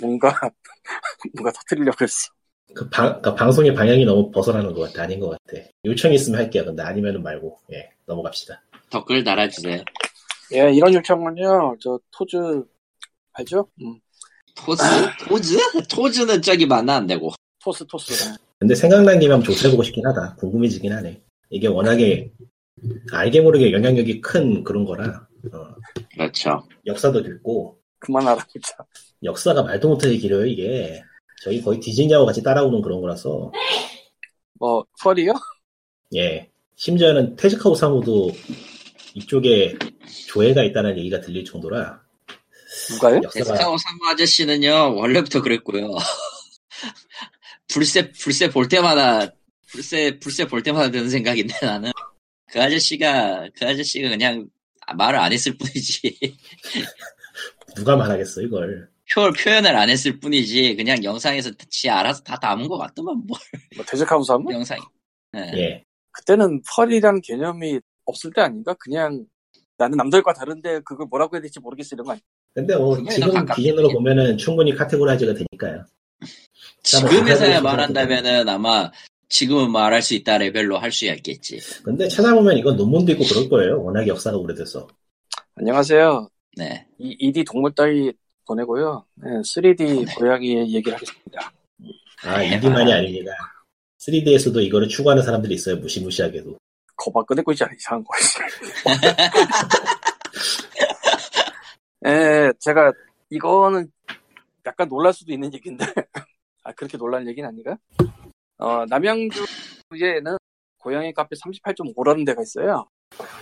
뭔가 (laughs) 뭔가 터뜨리려고 했어. 그 방, 그 방송의 방향이 너무 벗어나는 것 같아. 아닌 것 같아. 요청 있으면 할게요. 근데 아니면은 말고. 예, 넘어갑시다. 댓글 달아주세요. 예, 이런 요청은요. 저 토즈 알죠? 음, 토즈? 토즈? 토즈는 저기 만나 안 되고. 토스 토스. 근데 생각난 김에 한번 조사해보고 싶긴 하다. 궁금해지긴 하네. 이게 워낙에 알게 모르게 영향력이 큰 그런 거라 어, 그렇죠. 역사도 길고 그만 알아보자. 역사가 말도 못하게 길어요 이게. 저희 거의 디즈니하고 같이 따라오는 그런 거라서 뭐 펄이요? 예. 심지어는 테즈카 오사무도 이쪽에 조예가 있다는 얘기가 들릴 정도라 네? 누가요? 역사가 데스카오 상무 아저씨는요, 원래부터 그랬고요. (laughs) 불새, 불새 볼 때마다, 불새, 불새 볼 때마다 드는 생각인데 나는. 그 아저씨가, 그 아저씨가 그냥 말을 안 했을 뿐이지. (laughs) 누가 말하겠어 이걸. 표, 표현을 안 했을 뿐이지. 그냥 영상에서 지 알아서 다 담은 것 같더만, 뭐. 뭐 데즈카우사 무 영상이. 네. 예. 그때는 펄이라는 개념이 없을 때 아닌가? 그냥 나는 남들과 다른데 그걸 뭐라고 해야 될지 모르겠어 이런 거 아니야? 근데 뭐 그게 더 지금 가깝지. 기준으로 보면은 충분히 카테고라이즈가 되니까요. 지금에서야 말한다면은 아마 지금은 말할 수 있다 레벨로 할 수 있겠지. 근데 찾아보면 이건 논문도 있고 그럴 거예요. 워낙 역사가 오래돼서. 안녕하세요. 네. 이 2D 동물 따위 보내고요. 네, 3D 고양이의 얘기를 하겠습니다. 아, 인기만이 아닙니다. 3D에서도 이거를 추구하는 사람들이 있어요. 무시무시하게도. 거봐 꺼내고 있지 않아 이상한 거. 씨. 예, 제가 이거는 약간 놀랄 수도 있는 얘기인데 (laughs) 아 그렇게 놀랄 얘기는 아닌가? 어 남양주에는 고양이 카페 38.5라는 데가 있어요.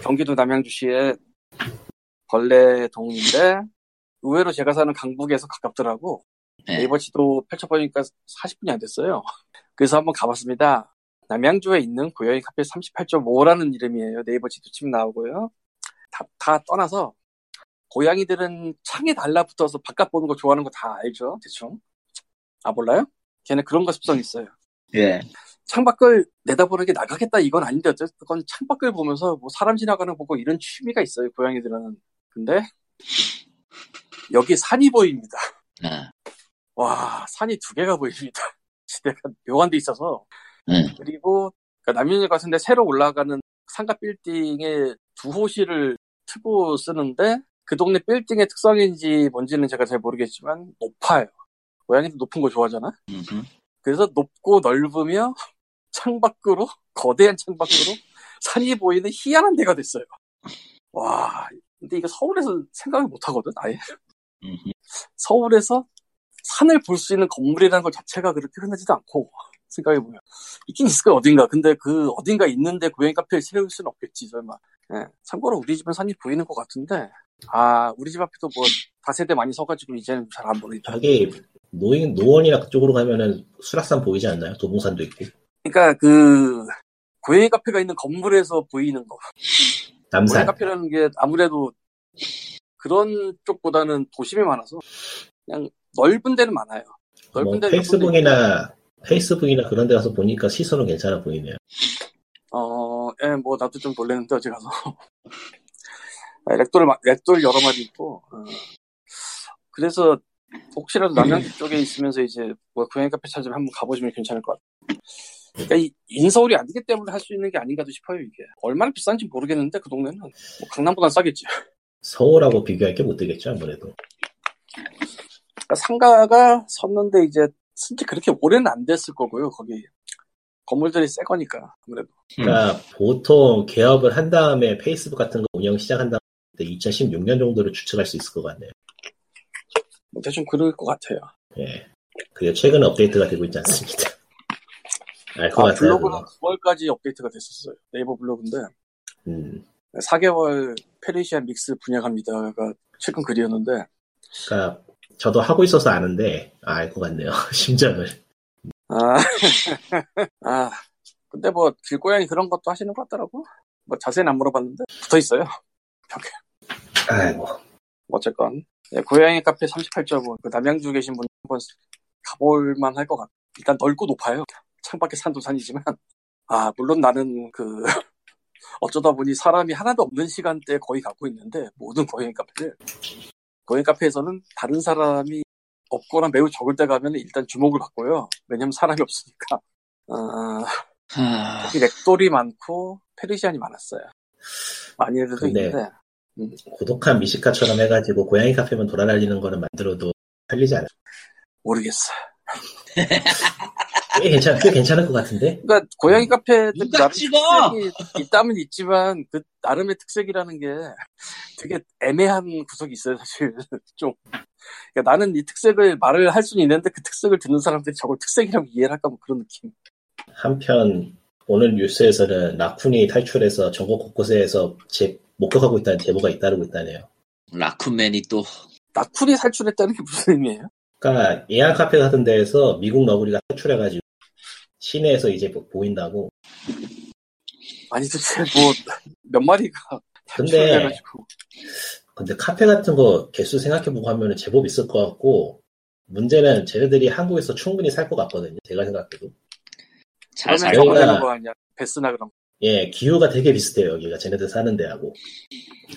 경기도 남양주시의 벌레동인데 의외로 제가 사는 강북에서 가깝더라고. 네. 네이버 지도 펼쳐보니까 40분이 안 됐어요. 그래서 한번 가봤습니다. 남양주에 있는 고양이 카페 38.5라는 이름이에요. 네이버 지도 치면 나오고요. 다, 다 떠나서 고양이들은 창에 달라붙어서 바깥 보는 거 좋아하는 거 다 알죠? 대충. 아, 몰라요? 걔네 그런 거 습성 있어요. 예. 창밖을 내다보는 게 나가겠다 이건 아닌데 어쨌건 창밖을 보면서 뭐 사람 지나가는 거 보고 이런 취미가 있어요 고양이들은 근데 여기 산이 보입니다 아, 와 산이 두 개가 보입니다 (laughs) 지대가 묘한 데 있어서 네. 그리고 그러니까 남윤이 같은데 새로 올라가는 상가 빌딩에 두 호실을 트고 쓰는데 그 동네 빌딩의 특성인지 뭔지는 제가 잘 모르겠지만 높아요 고양이도 높은 거 좋아하잖아 음흠. 그래서 높고 넓으며 창밖으로 거대한 창밖으로 산이 보이는 희한한 데가 됐어요. 와, 근데 이거 서울에서 생각을 못 하거든. 아예 음흠. 서울에서 산을 볼 수 있는 건물이라는 것 자체가 그렇게 흔하지도 않고 생각해 보면 있긴 있을 거야 어딘가. 근데 그 어딘가 있는데 고양이 카페를 세울 수는 없겠지 설마. 예, 참고로 우리 집은 산이 보이는 것 같은데 아 우리 집 앞에도 뭐 다세대 많이 서가지고 이제는 잘 안 보이죠. 저기 노인, 노원이나 그쪽으로 가면은 수락산 보이지 않나요? 도봉산도 있고. 그러니까 그 고양이 카페가 있는 건물에서 보이는 거. 고양이 남산. 카페라는 게 아무래도 그런 쪽보다는 도심이 많아서 그냥 넓은 데는 많아요. 뭐 넓은 데는 넓은데 페이스북이나 페이스북이나 그런 데 가서 보니까 시선은 괜찮아 보이네요. 어, 예, 뭐 나도 좀 놀랬는데 어제 가서 (laughs) 아, 렉돌 마- 렉돌 여러 마리 있고 어. 그래서 혹시라도 남양주 쪽에 있으면서 이제 뭐 고양이 카페 찾으면 한번 가보시면 괜찮을 것 같아요. 그러니까 이 인서울이 아니기 때문에 할 수 있는 게 아닌가도 싶어요 이게 얼마나 비싼지 모르겠는데 그 동네는 뭐 강남보다 싸겠지. 서울하고 비교할 게 못 되겠죠, 아무래도. 그러니까 상가가 섰는데 이제 진짜 그렇게 오래는 안 됐을 거고요. 거기 건물들이 새 거니까 아무래도 음. 그러니까 보통 개업을 한 다음에 페이스북 같은 거 운영 시작한 다음에 2016년 정도를 추측할 수 있을 것 같네요. 뭐 대충 그럴 것 같아요. 예. 그게 최근 업데이트가 되고 있지 않습니다. (laughs) 알 것 아, 같아요. 블로그는 네, 그거. 9월까지 업데이트가 됐었어요. 네이버 블로그인데 음. 4개월 페르시안 믹스 분양합니다가 최근 글이었는데 그러니까 저도 하고 있어서 아는데 아, 알 것 같네요. (laughs) 심장을. 아, (laughs) 아 근데 뭐 길고양이 그런 것도 하시는 것 같더라고. 뭐 자세히는 안 물어봤는데 붙어 있어요. 아이고. 어쨌건 네, 고양이 카페 38.5 그 남양주 계신 분 한번 가볼만 할 것 같아. 일단 넓고 높아요. 창밖에 산도 산이지만 아 물론 나는 그 (laughs) 어쩌다 보니 사람이 하나도 없는 시간대에 거의 가고 있는데 모든 고양이 카페를 고양이 카페에서는 다른 사람이 없거나 매우 적을 때 가면 일단 주목을 받고요. 왜냐면 사람이 없으니까. 아, 하... 이 렉돌이 많고 페르시안이 많았어요. 많은 애들도 근데 있는데 고독한 미식가처럼 해가지고 고양이 카페만 돌아다니는 거는 만들어도 살리지 않아. 모르겠어. 꽤 괜찮, 꽤 괜찮을 것 같은데? 그러니까 고양이 카페들 누가 나름 음. 찍어? 특색이 있다면 있지만 그 나름의 특색이라는 게 되게 애매한 구석이 있어요 사실 (laughs) 좀 그러니까 나는 이 특색을 말을 할 수는 있는데 그 특색을 듣는 사람들이 저걸 특색이라고 이해를 할까 뭐 그런 느낌 한편 오늘 뉴스에서는 라쿤이 탈출해서 전국 곳곳에서 제, 목격하고 있다는 제보가 잇따르고 있다네요. 라쿤맨이 또 나쿨이 살출했다는 게 무슨 의미예요? 그러니까 예약 카페 같은 데에서 미국 너구리가 탈출해가지고 시내에서 이제 보- 보인다고. 아니 도대체 뭐 (laughs) 몇 마리가 근데- 탈출해가지고 근데 카페 같은 거 개수 생각해보고 하면 제법 있을 것 같고 문제는 쟤네들이 한국에서 충분히 살 것 같거든요. 제가 생각해도. 잘 그러면 살 저희가- 저거라는 거 아니야 베스나 그럼 예, 기후가 되게 비슷해요. 여기가 쟤네들 사는 데하고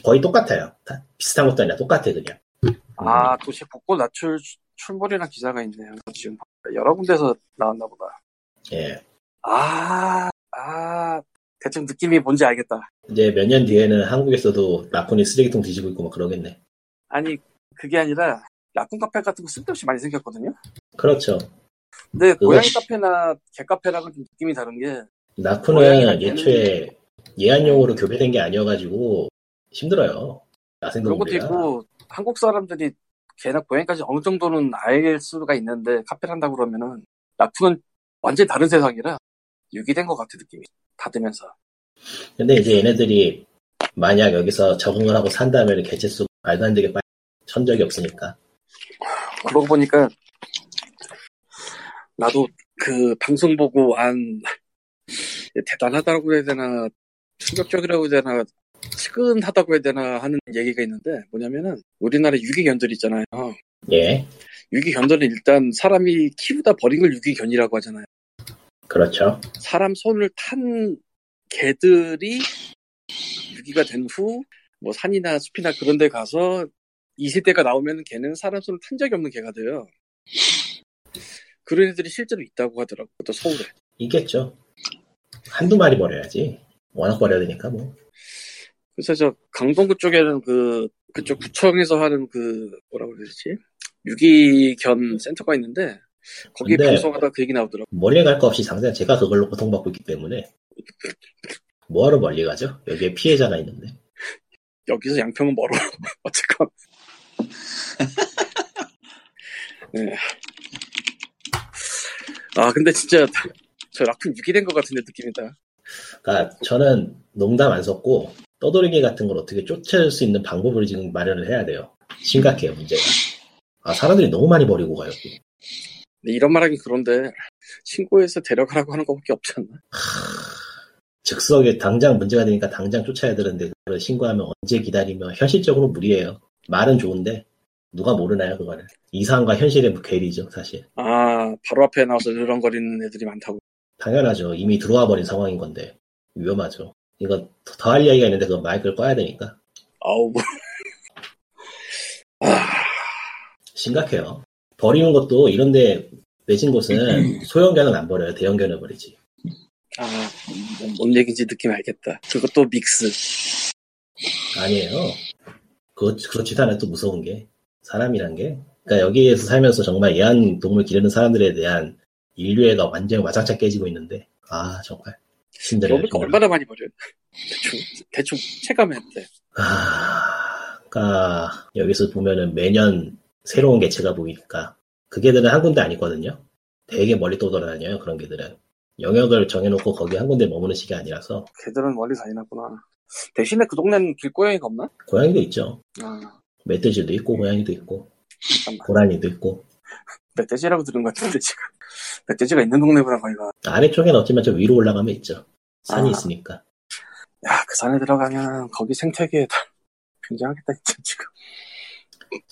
거의 똑같아요. 다 비슷한 것도 아니라 똑같아 그냥. 음. 아 도시 복고 낮출 출몰이라는 기사가 있네요 지금 여러 군데서 나왔나 보다 예. 아, 아, 대충 느낌이 뭔지 알겠다. 이제 몇 년 뒤에는 한국에서도 라쿤이 쓰레기통 뒤지고 있고 막 그러겠네. 아니, 그게 아니라, 라쿤 카페 같은 거 쓸데없이 많이 생겼거든요? 그렇죠. 근데 그거- 고양이 카페나 개 카페랑은 좀 느낌이 다른 게, 고양이가 라쿤은 예초에 예한용으로 교배된 게 아니어가지고 힘들어요. 그런 것도 야생동물이라. 있고, 한국 사람들이 개나 고양이까지 어느 정도는 알 수가 있는데, 카페를 한다고 그러면은, 라쿤은 완전히 다른 세상이라, 유기된 것 같아, 느낌이. 닫으면서. 근데 이제 얘네들이 만약 여기서 적응을 하고 산다면 개체수 말도 안 되게 빨리 천 적이 없으니까. 그러고 보니까 나도 그 방송 보고 안 대단하다고 해야 되나 충격적이라고 해야 되나 측은하다고 해야 되나 하는 얘기가 있는데 뭐냐면은 우리나라 유기견들 있잖아요. 예, 유기견들은 일단 사람이 키우다 버린 걸 유기견이라고 하잖아요. 그렇죠. 사람 손을 탄 개들이 유기가 된 후 뭐 산이나 숲이나 그런 데 가서 20대가 나오면 개는 사람 손을 탄 적이 없는 개가 돼요. 그런 애들이 실제로 있다고 하더라고요. 또 서울에. 있겠죠. 한두 마리 버려야지. 워낙 버려야 되니까 뭐. 그래서 저 강동구 쪽에는 그 그쪽 구청에서 하는 그 뭐라고 그러지? 유기견 센터가 있는데 거기 근데- 방송하다 그 얘기 나오더라고. 멀리 갈 거 없이 당장 제가 그걸로 고통받고 있기 때문에 뭐하러 멀리 가죠? 여기에 피해자가 있는데 여기서 양평은 멀어. (laughs) (laughs) 어쨌건 네. 아 근데 진짜 저 라쿤 유기된 것 같은데 느낌이다. 그러니까 저는 농담 안 섞고 떠돌이개 같은 걸 어떻게 쫓을 수 있는 방법을 지금 마련을 해야 돼요 심각해요 문제가 아 사람들이 너무 많이 버리고 가요 근데 네, 이런 말하긴 그런데 신고해서 데려가라고 하는 것밖에 없지 않나? 즉석에 당장 문제가 되니까 당장 쫓아야 되는데 그걸 신고하면 언제 기다리면 현실적으로 무리예요 말은 좋은데 누가 모르나요 그거는 이상과 현실의 괴리죠 사실 아 바로 앞에 나와서 으렁거리는 애들이 많다고. 당연하죠. 이미 들어와 버린 상황인 건데 위험하죠. 이거 더 할 이야기가 있는데 그건 마이크를 꺼야 되니까 아우 (laughs) 뭐. 아. 심각해요. 버리는 것도 이런데 외진 곳은 소형견은 안 버려요. 대형견을 버리지. 아, 뭔- 뭔 얘기인지 느낌 알겠다. 그것도 믹스. 아니에요. 그렇, 그렇지도 않아요. 또 무서운 게 사람이란 게 그러니까 여기에서 살면서 정말 애완 동물 기르는 사람들에 대한 인류애가 완전히 와장창 깨지고 있는데 아 정말 힘들어요. 로비가 네, 정말. 얼마나 많이 버려? 대충 대충 체감했대. 아, 그러니까 여기서 보면은 매년 새로운 개체가 보이니까 그 개들은 한 군데 아니거든요. 되게 멀리 또 돌아다녀요 그런 개들은 영역을 정해놓고 거기 한 군데 머무는 식이 아니라서 걔들은 멀리 다니나구나. 대신에 그 동네는 길고양이가 없나? 고양이도 있죠. 아, 멧돼지도 있고 고양이도 있고 잠깐만. 고라니도 있고 멧돼지라고 들은 것 같은데 지금. 멧돼지가 있는 동네구나 거기가. 아래쪽에는 없지만 좀 위로 올라가면 있죠. 산이 아. 있으니까. 야, 그 산에 들어가면 거기 생태계에 다 굉장하겠다 진짜 지금.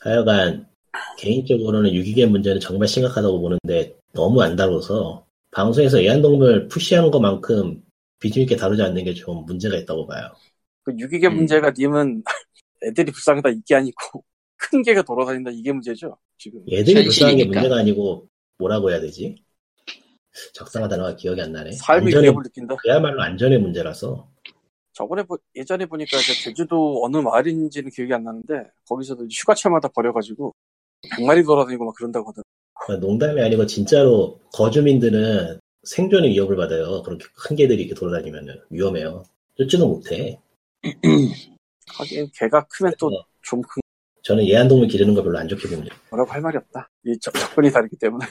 하여간 개인적으로는 유기견 문제는 정말 심각하다고 보는데 너무 안 다뤄서 방송에서 애완동물 푸시하는 것만큼 비중 있게 다루지 않는 게 좀 문제가 있다고 봐요. 그 유기계 음. 문제가 님은 (laughs) 애들이 불쌍하다 이게 아니고 (laughs) 큰 개가 돌아다닌다 이게 문제죠 지금. 얘들이 불쌍한 게 현실이니까. 문제가 아니고 뭐라고 해야 되지? 적당한 단어가 기억이 안 나네. 삶의 안전의- 위협을 느낀다. 그야말로 안전의 문제라서 저번에 보- 예전에 보니까 저 제주도 어느 마을인지는 기억이 안 나는데 거기서도 휴가철마다 버려가지고 100마리 돌아다니고 막 그런다고 하더라고. 그러니까 농담이 아니고 진짜로 거주민들은 생존의 위협을 받아요. 그렇게 큰 개들이 이렇게 돌아다니면 위험해요. 쫓지도 못해. 하긴 개가 크면 네. 또 좀 큰 어, 저는 애완동물 기르는 걸 별로 안 좋게 봅니다. 거라고 할 말이 없다. 이 적- 접근이 다르기 때문에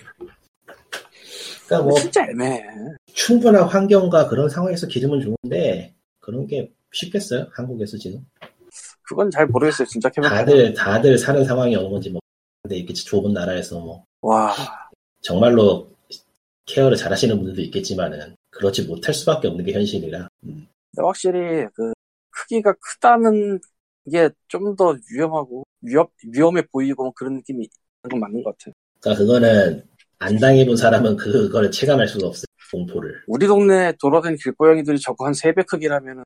그러니까 뭐 진짜 애매해. 충분한 환경과 그런 상황에서 기르면 좋은데 그런 게 쉽겠어요? 한국에서 지금 그건 잘 모르겠어요. 진짜 캐면 다들 다들 사는 상황이 어느 건지 뭐 근데 이렇게 좁은 나라에서 뭐 와 정말로 케어를 잘하시는 분들도 있겠지만은 그렇지 못할 수밖에 없는 게 현실이라 음. 근데 확실히 그 크기가 크다는 게 좀 더 위험하고 위협 위험해 보이고 뭐 그런 느낌이 있는 건 맞는 것 같아요. 그러니까 그거는 안 당해본 사람은 그걸 체감할 수가 없어요 공포를 우리 동네 돌아다니는 길고양이들이 저거 한 3배 크기라면은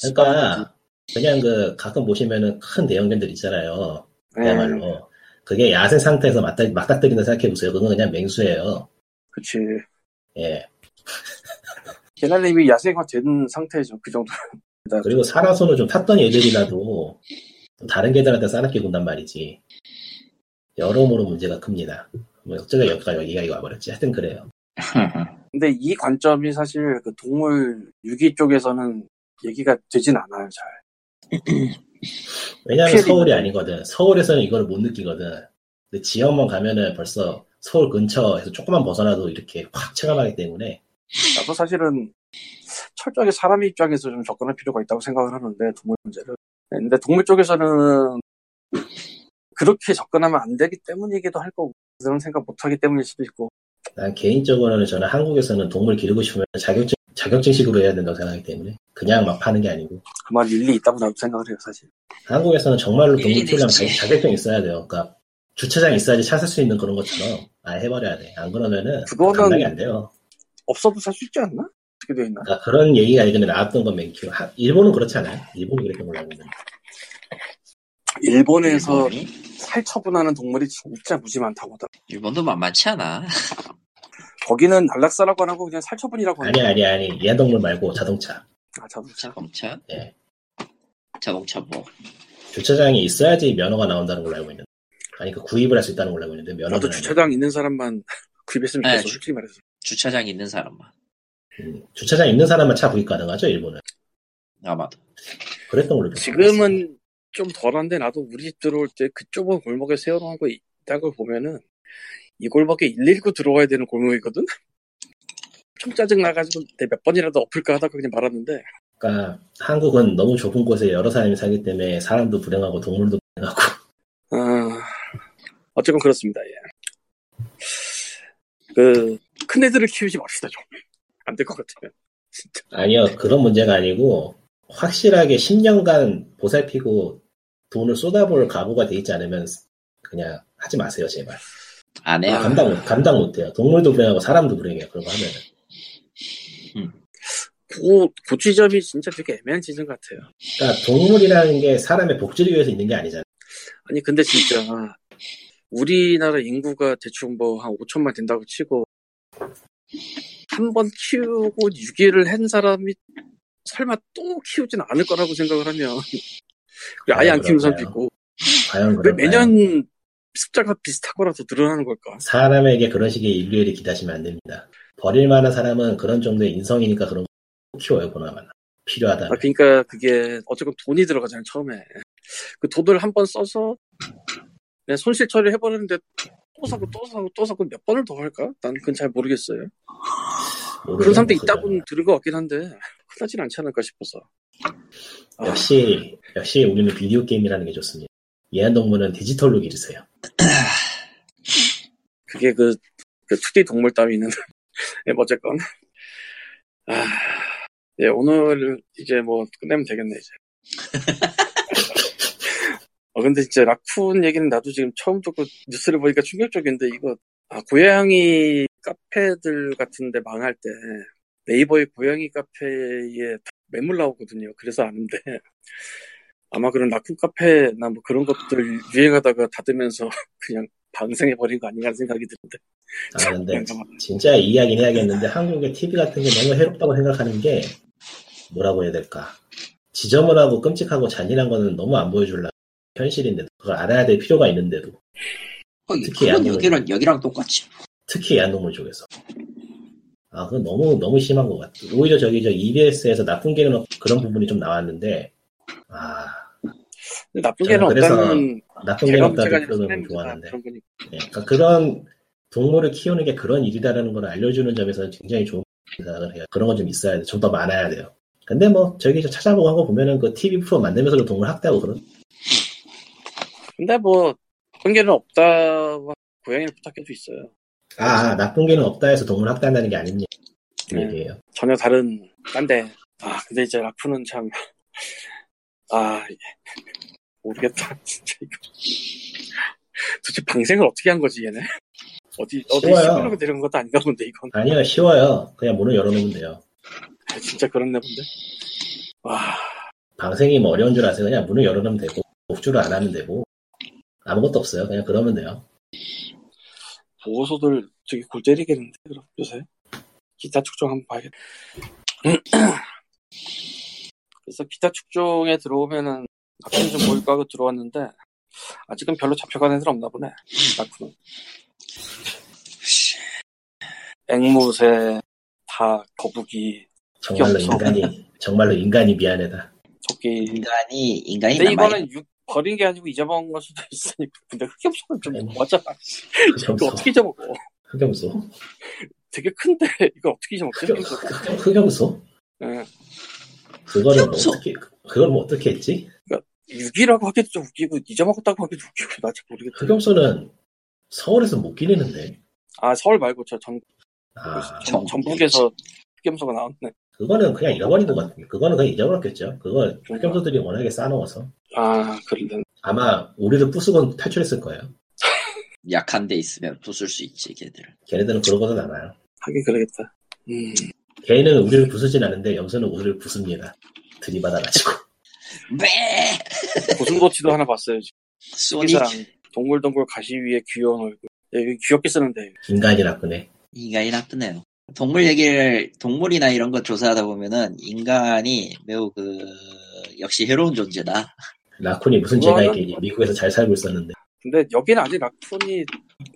그러니까 그냥 그 가끔 보시면은 큰 대형견들 있잖아요 네, 그야말로 그게 야생 상태에서 맞다 맞닥뜨린다 생각해 보세요 그건 그냥 맹수예요 그치. 예 걔네는 이미 야생화 된 상태죠. 그 정도. 그리고 살아서는 좀 탔던 애들이라도 또 다른 개들한테 싸납게군단 말이지. 여러모로 문제가 큽니다. 뭐 어쩌다 여기가 여기가 이거 와버렸지. 하여튼 그래요. 근데 이 관점이 사실 그 동물 유기 쪽에서는 얘기가 되진 않아요. 잘. 왜냐하면 피해도 서울이 아니거든. 서울에서는 이걸 못 느끼거든. 근데 지역만 가면은 벌써 서울 근처에서 조금만 벗어나도 이렇게 확 체감하기 때문에 나도 사실은 철저하게 사람 입장에서 좀 접근할 필요가 있다고 생각을 하는데 동물 문제를. 네, 근데 동물 쪽에서는 그렇게 접근하면 안 되기 때문이기도 할 거고 그런 생각 못 하기 때문일 수도 있고 난 개인적으로는 저는 한국에서는 동물 기르고 싶으면 자격증 자격증식으로 해야 된다고 생각하기 때문에 그냥 막 파는 게 아니고 그만 일리 있다고 나도 생각을 해요 사실. 한국에서는 정말로 동물 일리는 키우려면 있지. 자- 자격증 있어야 돼요. 그러니까 주차장 있어야지 차 살 수 있는 그런 것처럼 아예 해버려야 돼. 안 그러면은 그거는- 감당이 안 돼요. 없어도 살 수 있지 않나? 어떻게 돼 있나? 그러니까 그런 얘기가 예전에 나왔던 건 맨키우. 하- 일본은 그렇지 않아요? 일본이 그랬던 걸로 알고 있는데. 일본에서 음. 일본이? 살 처분하는 동물이 진짜 무지 많다고 하더라. 일본도 만만치 않아. 거기는 안락사라고 안 하고 그냥 살 처분이라고 하네. 아니 아니 아니 애완동물 말고 자동차. 아, 자동차. 자동차? 예. 자동차 뭐. 주차장이 있어야지 면허가 나온다는 걸로 알고 있는데. 아니 그 구입을 할 수 있다는 걸로 알고 있는데 면허는 나도 안 주차장 있는 사람만 (laughs) 구입했으면 좋겠어. 네, 주- 솔직히 말해서. 주차장 있는 사람만. 돼. 음, 주차장 있는 사람만 차 구입 가능하죠 일본은. 아마도. 그랬던 걸로. 기억하고 있어요. 지금은 좀 덜한데 나도 우리 집 들어올 때 그 좁은 골목에 세워놓은 거 있다는 걸 보면은 이 골목에 119 들어와야 되는 골목이거든? (laughs) 좀 짜증나가지고 내 몇 번이라도 엎을까 하다가 그냥 말았는데 그러니까 한국은 너무 좁은 곳에 여러 사람이 살기 때문에 사람도 불행하고 동물도 불행하고. (laughs) 아, 어쨌건 그렇습니다. 예. 그, 큰 애들을 키우지 맙시다, 좀. 안 될 것 같아요. 진짜. 아니요, 그런 문제가 아니고, 확실하게 10년간 보살피고 돈을 쏟아볼 각오가 돼 있지 않으면, 그냥 하지 마세요, 제발. 안 해요. 감당 못, 감당 못 해요. 동물도 불행하고 사람도 불행해요, 그런 거 하면. 그, 그 지점이 진짜 되게 애매한 지점 같아요. 그러니까 동물이라는 게 사람의 복지를 위해서 있는 게 아니잖아요. 아니, 근데 진짜, 우리나라 인구가 대충 뭐 한 5천만 된다고 치고, 한 번 키우고 유기를 한 사람이 설마 또 키우진 않을 거라고 생각을 하면, 그리고 아예 안 키우는 사람도 있고, 과연 왜 그런가요? 매년 숫자가 비슷하고라도 늘어나는 걸까? 사람에게 그런 식의 인류애를 기다시면 안 됩니다. 버릴 만한 사람은 그런 정도의 인성이니까 그런 거 키워요, 보나마나. 필요하다. 아, 그러니까 그게 어쨌건 돈이 들어가잖아요 처음에 그 돈을 한 번 써서 그냥 손실 처리를 해버렸는데 또 사고 또 사고 또 사고 몇 번을 더 할까? 난 그건 잘 모르겠어요 그런 상태 있다고는 들은 것 같긴 한데 (laughs) 흔하진 않지 않을까 싶어서 아, 역시, 역시 우리는 비디오 게임이라는 게 좋습니다. 예한동물은 디지털로 기르세요. 그게 그, 그 2D 동물 따위는 (laughs) 예, 뭐 어쨌건 아, 예, 오늘 이제 뭐 끝내면 되겠네 이제 어 근데 진짜 라쿤 얘기는 나도 지금 처음 듣고 뉴스를 보니까 충격적인데 이거 아 고양이 카페들 같은데 망할 때 네이버에 고양이 카페에 매물 나오거든요 그래서 아는데 아마 그런 라쿤 카페나 뭐 그런 것들 유행하다가 닫으면서 (laughs) 그냥 방생해버린 거 아닌가 하는 생각이 드는데 아, (laughs) 근데 진짜 이 이야기는 해야겠는데 한국의 TV 같은 게 너무 해롭다고 생각하는 게 뭐라고 해야 될까 지저분하고 끔찍하고 잔인한 거는 너무 안 보여줄라 현실인데도 그걸 알아야 될 필요가 있는데도 거기 특히 그건 양념은- 여기랑 여기랑 똑같이. 특히 야동물 쪽에서 아 그건 너무 너무 심한 것 같아 오히려 저기 저 EBS에서 나쁜 게는 그런 부분이 좀 나왔는데 아 근데 나쁜 게는 저는 그래서 없다는 나쁜 게 제가 없다 문제가 아니라 그런 걸 선생님들 좋아하는데 그런 거니까 예, 그러니까 그런 동물을 키우는 게 그런 일이다라는 걸 알려주는 점에서 는 굉장히 좋은 생각을 해요. 그런 건 좀 있어야 돼. 좀 더 많아야 돼요. 근데 뭐 저기 저 찾아보고 한 거 보면은 그 TV 프로 만들면서도 동물 학대하고 그런 근데 뭐 나쁜 게는 없다고 고양이를 부탁해도 있어요 아, 아, 나쁜 게는 없다 해서 동물 학대한다는 게 아닙니다. 그 네. 얘기예요. 전혀 다른 딴데 아 근데 이제 라쿤은 (laughs) 참아 모르겠다 (laughs) 진짜 이거 도대체 방생을 어떻게 한 거지 얘네 어디 어디 쉬워요. 시골로 데려간 것도 아닌가 본데 이건 아니요 쉬워요. 그냥 문을 열어놓으면 돼요. 아, 진짜 그렇네 본데 와 방생이 뭐 어려운 줄 아세요? 그냥 문을 열어놓으면 되고 목줄을 안 하면 되고 아무것도 없어요. 그냥 그러면 돼요. 보고서들 저기 골 때리겠는데 그럼 요새 기타 축종 한번 봐야겠다 (clears throat) 그래서 기타 축종에 들어오면은 아픈 좀 보일까 하고 들어왔는데 아직은 별로 잡혀가는 애들 없나 보네 라쿤은 앵무새, 닭, 거북이, 정말로 없어. 인간이 정말로 인간이 미안하다. 토끼. 인간이 인간이 근데 남아. 이거는 육- 버린 게 아니고 잊어먹은 걸 수도 있으니까. 근데 흑염소는 좀 네. 맞잖아. 이거 흑염소 어떻게 잊어먹어? 흑염소 되게 큰데 (laughs) 이거 어떻게 잊어먹지? 흑염소. 흑염- 흑염소 예. 그거를 뭐 없어. 어떻게 그걸 뭐 어떻게 했지? 육이라고 하기도 좀 웃기고 잊어먹었다고 하기도 웃기고 나 잘 모르겠다. 흑염소는 서울에서 못 기르는데. 아 서울 말고 저 전, 아 전, 전북에서 흑염소가 나왔네. 그거는 그냥 잃어버린 것 같은데. 그거는 그냥 잊어버렸겠죠. 그걸 흑염소들이 워낙에 싸놓아서 아 그러네. 아마 우리를 부수건 탈출했을 거예요. 약한 데 있으면 부술 수 있지 걔들. 걔네들은 그러고도 않아요. 하긴 그러겠다. 음. 걔는 우리를 부수진 않은데 염소는 우리를 부숩니다. 들이받아가지고. (laughs) 매 고슴도치도 하나 봤어요. 지금. 소닉 토끼랑 동글동글 가시 위에 귀여운 얼굴. 예, 이거 귀엽게 쓰는데 인간이 나쁘네. 인간이 나쁘네요. 동물 얘기를 동물이나 이런 거 조사하다 보면은 인간이 매우 그 역시 해로운 존재다. 라쿤이 무슨 죄가 있겠니? 미국에서 잘 살고 있었는데. 근데 여기는 아직 라쿤이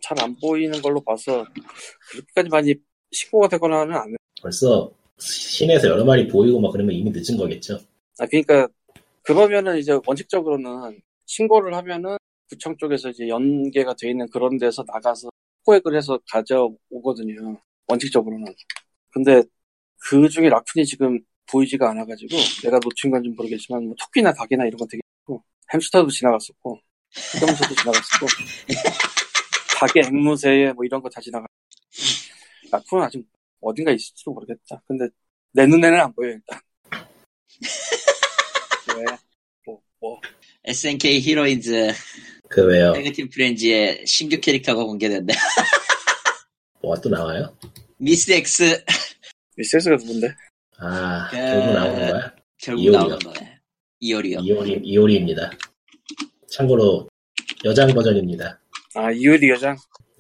잘 안 보이는 걸로 봐서 그렇게까지 많이 식고가 되거나는 안 해. 벌써 시내에서 여러 마리 보이고 막 그러면 이미 늦은 거겠죠. 아, 그러니까 그러면은 이제 원칙적으로는 신고를 하면은 구청 쪽에서 이제 연계가 돼 있는 그런 데서 나가서 포획을 해서 가져오거든요. 원칙적으로는. 근데 그 중에 라쿤이 지금 보이지가 않아가지고 내가 놓친 건지 모르겠지만 뭐 토끼나 닭이나 이런 건 되게 있고 햄스터도 지나갔었고 흑염소도 지나갔었고 닭의 앵무새 뭐 이런 거 다 지나갔고 라쿤은 아직 어딘가 있을지도 모르겠다. 근데 내 눈에는 안 보여 일단. 왜? 뭐, 뭐. SNK 히로인즈 그 외에 네거티브 프렌즈의 신규 캐릭터가 공개된대. 뭐가 또 나와요? (laughs) 미스 X 미세스가 누군데? 아, 그- 결국 나오는 거야? 결국 이효리요. 나오는 거네. 이열이요. 이효리, 이효리입니다. 참고로 여장 버전입니다. 아, 이효리 여장.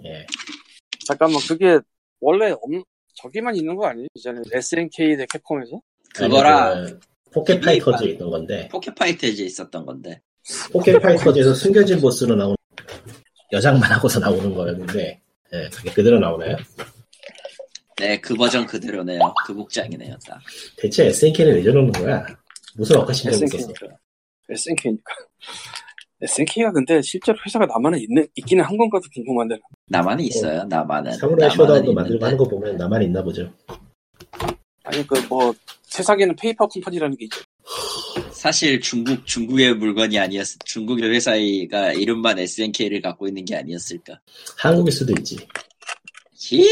예. 잠깐만, 그게 원래 없, 저기만 있는 거 아니에요? 이제는 SNK 대 캡콤에서? 그거랑 아니, 그 포켓 파이터즈에 있던 건데 포켓파이터즈에 있었던 건데. 포켓 파이터즈에서 숨겨진 보스로 나온 여장만 하고서 나오는 거였는데 예, 그게 그대로 나오나요? 네, 그 버전 그대로네요. 그 목장이네요, 딱. 대체 SNK는 왜 저러는 거야? 무슨 억하심이 있었어? SNK니까. SNK니까. SNK가 근데 실제로 회사가 남한은 있는, 있기는 한 건가도 궁금한데. 나만은 있어요, 나만은. 네. 사무라이 네, 나만은 쇼다운도 있는데. 만들고 하는 거 보면 나만 있나 보죠. 아니, 그 뭐, 세상에는 페이퍼 컴퍼니라는 게 있죠. 사실 중국, 중국의 물건이 아니었, 중국의 회사가 이름만 SNK를 갖고 있는 게 아니었을까. 한국일 수도 있지. 히!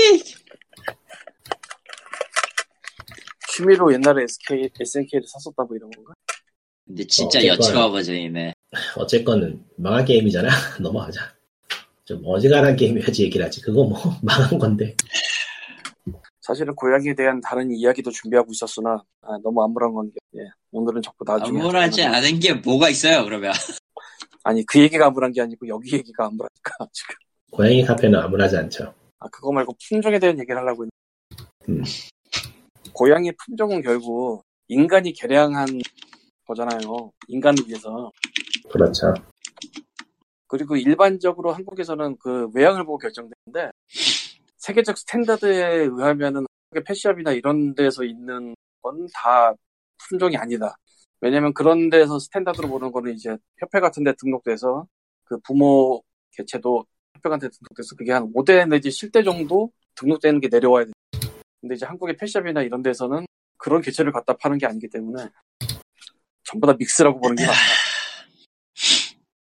취미로 옛날에 SK, SNK를 샀었다고 이런 건가? 근데 진짜 어, 여치와 그러니까요. 버전이네. 어쨌건 망한 게임이잖아. (laughs) 넘어가자. 좀 어지간한 게임이야지 얘기를 하지. 그거 뭐 (laughs) 망한 건데. 사실은 고양이에 대한 다른 이야기도 준비하고 있었으나, 아, 너무 암울한 건, 예. 오늘은 자꾸 나중에. 아, 암울하지 하자는- 않은 게 뭐가 있어요, 그러면. 아니, 그 얘기가 암울한 게 아니고, 여기 얘기가 암울하니까, (laughs) 지금. 고양이 카페는 아무나지 않죠. 아, 그거 말고 품종에 대한 얘기를 하려고 음. 했는데. 고양이 품종은 결국, 인간이 개량한 거잖아요. 인간을 위해서. 그렇죠. 그리고 일반적으로 한국에서는 그 외양을 보고 결정되는데 세계적 스탠다드에 의하면은 한국의 펫샵이나 이런 데서 있는 건 다 품종이 아니다. 왜냐면 그런 데서 스탠다드로 보는 거는 이제 협회 같은 데 등록돼서 그 부모 개체도 협회한테 등록돼서 그게 한 5대 내지 7대 정도 등록되는 게 내려와야 돼. 근데 이제 한국의 펫샵이나 이런 데서는 그런 개체를 갖다 파는 게 아니기 때문에 전부 다 믹스라고 보는 게 맞다.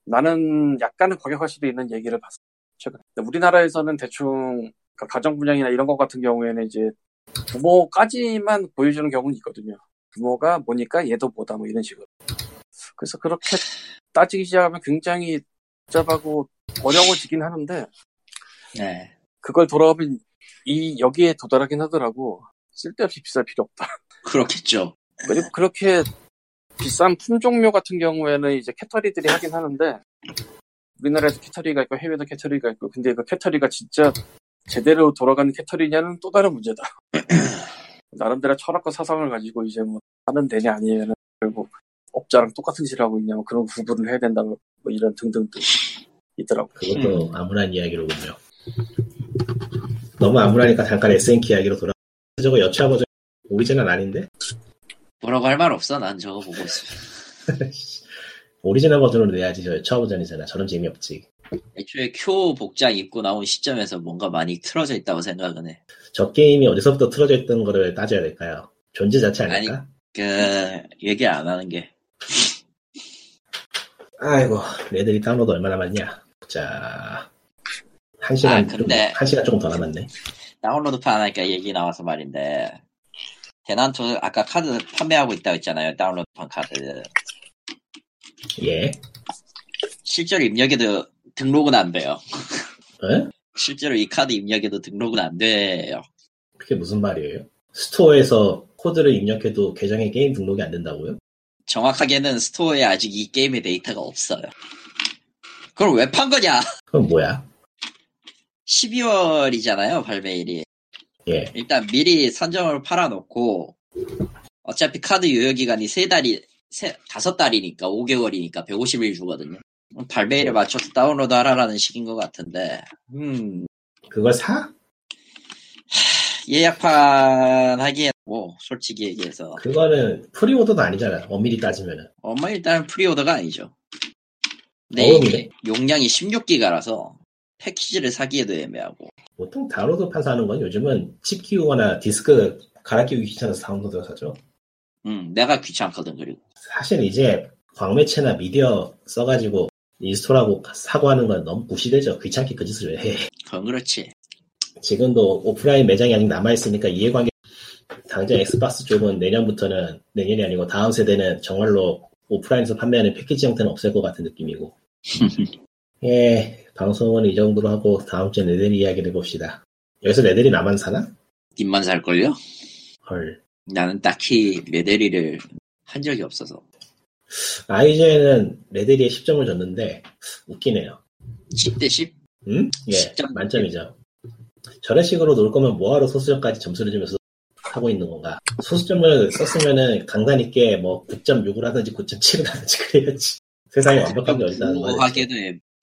나는 약간은 과격할 수도 있는 얘기를 봤어요. 최근에. 근데 우리나라에서는 대충 그러니까 가정 분양이나 이런 것 같은 경우에는 이제 부모까지만 보여주는 경우는 있거든요. 부모가 뭐니까 얘도 뭐다 뭐 이런 식으로. 그래서 그렇게 따지기 시작하면 굉장히 복잡하고 어려워지긴 하는데 네. 그걸 돌아보면 이 여기에 도달하긴 하더라고. 쓸데없이 비쌀 필요 없다. 그렇겠죠. 그리고 그렇게 비싼 품종묘 같은 경우에는 이제 캐터리들이 하긴 하는데 우리나라에서 캐터리가 있고 해외도 캐터리가 있고 근데 그 캐터리가 진짜 제대로 돌아가는 캐터리냐는 또 다른 (clears throat) 문제다. 나름대로 철학과 사상을 가지고 이제 뭐 하는 데냐 아니면은 결국 업자랑 똑같은 짓을 하고 있냐 뭐 그런 구분을 해야 된다 뭐 이런 등등등 있더라고. 그것도 음. 아무난 이야기로군요. 너무 아무나니까 잠깐 SNK 이야기로 돌아. 저거 여차 버전 오리지널 아닌데? (laughs) 뭐라고 할 말 없어, 난 저거 보고 있어. 오리지널 버전으로 내야지 저 여차 버전이잖아. 저런 재미없지. 애초에 큐 복장 입고 나온 시점에서 뭔가 많이 틀어져 있다고 생각은 해. 저 게임이 어디서부터 틀어져 있던 거를 따져야 될까요? 존재 자체 아닐까? 그, 얘기 안 하는 게. 아이고 애들이 다운로드 얼마나 많냐? 자. 한 시간 아, 근데- 좀, 한 시간 조금 더 남았네. 다운로드판 하니까 얘기 나와서 말인데 대난토 아까 카드 판매하고 있다고 했잖아요 다운로드판 카드 예. 실제로 입력에도 등록은 안 돼요 에? 실제로 이 카드 입력에도 등록은 안 돼요 그게 무슨 말이에요? 스토어에서 코드를 입력해도 계정에 게임 등록이 안 된다고요? 정확하게는 스토어에 아직 이 게임의 데이터가 없어요 그걸 왜 판 거냐 (laughs) 그건 뭐야? 12월이잖아요 발매일이 예. 일단 미리 선정을 팔아놓고 어차피 카드 유효기간이 세달이 세, 5달이니까 5개월이니까 150일 주거든요 발매일에 맞춰서 다운로드 하라라는 식인 것 같은데 음, 그걸 사? 예약판 하기엔 뭐 솔직히 얘기해서 그거는 프리오더도 아니잖아. 엄밀히 따지면은. 어머 일단 프리오더가 아니죠 내 어음이네. 이게 용량이 16기가라서 패키지를 사기에도 애매하고 보통 다운로드 판사는건 요즘은 칩 키우거나 디스크 갈아 끼우기 귀찮아서 다운로드 사죠. 음, 내가 귀찮거든 그리고 사실 이제 광매체나 미디어 써가지고 인스톨하고 사고 하는 건 너무 무시되죠. 귀찮게 그 짓을 왜 해. 그건 그렇지 지금도 오프라인 매장이 아직 남아있으니까 이해관계 당장 엑스박스 쪽은 내년부터는 내년이 아니고 다음 세대는 정말로 오프라인에서 판매하는 패키지 형태는 없을 것 같은 느낌이고 예 방송은 이 정도로 하고 다음 주에 레델 이야기를 해봅시다 여기서 레델이 나만 사나? 님만 살걸요? 헐 나는 딱히 메데리를 한 적이 없어서 아이젠은 레델이에 10점을 줬는데 웃기네요 10대 10? 응? 예 10점. 만점이죠 저런 식으로 놀 거면 뭐하러 소수점까지 점수를 주면서 하고 있는 건가 소수점을 썼으면은 강단 있게 뭐 9.6을 하든지 (laughs) 아, 9.7을 하든지 그래야지 세상에 완벽한 게 어디다 하는 거야 하게도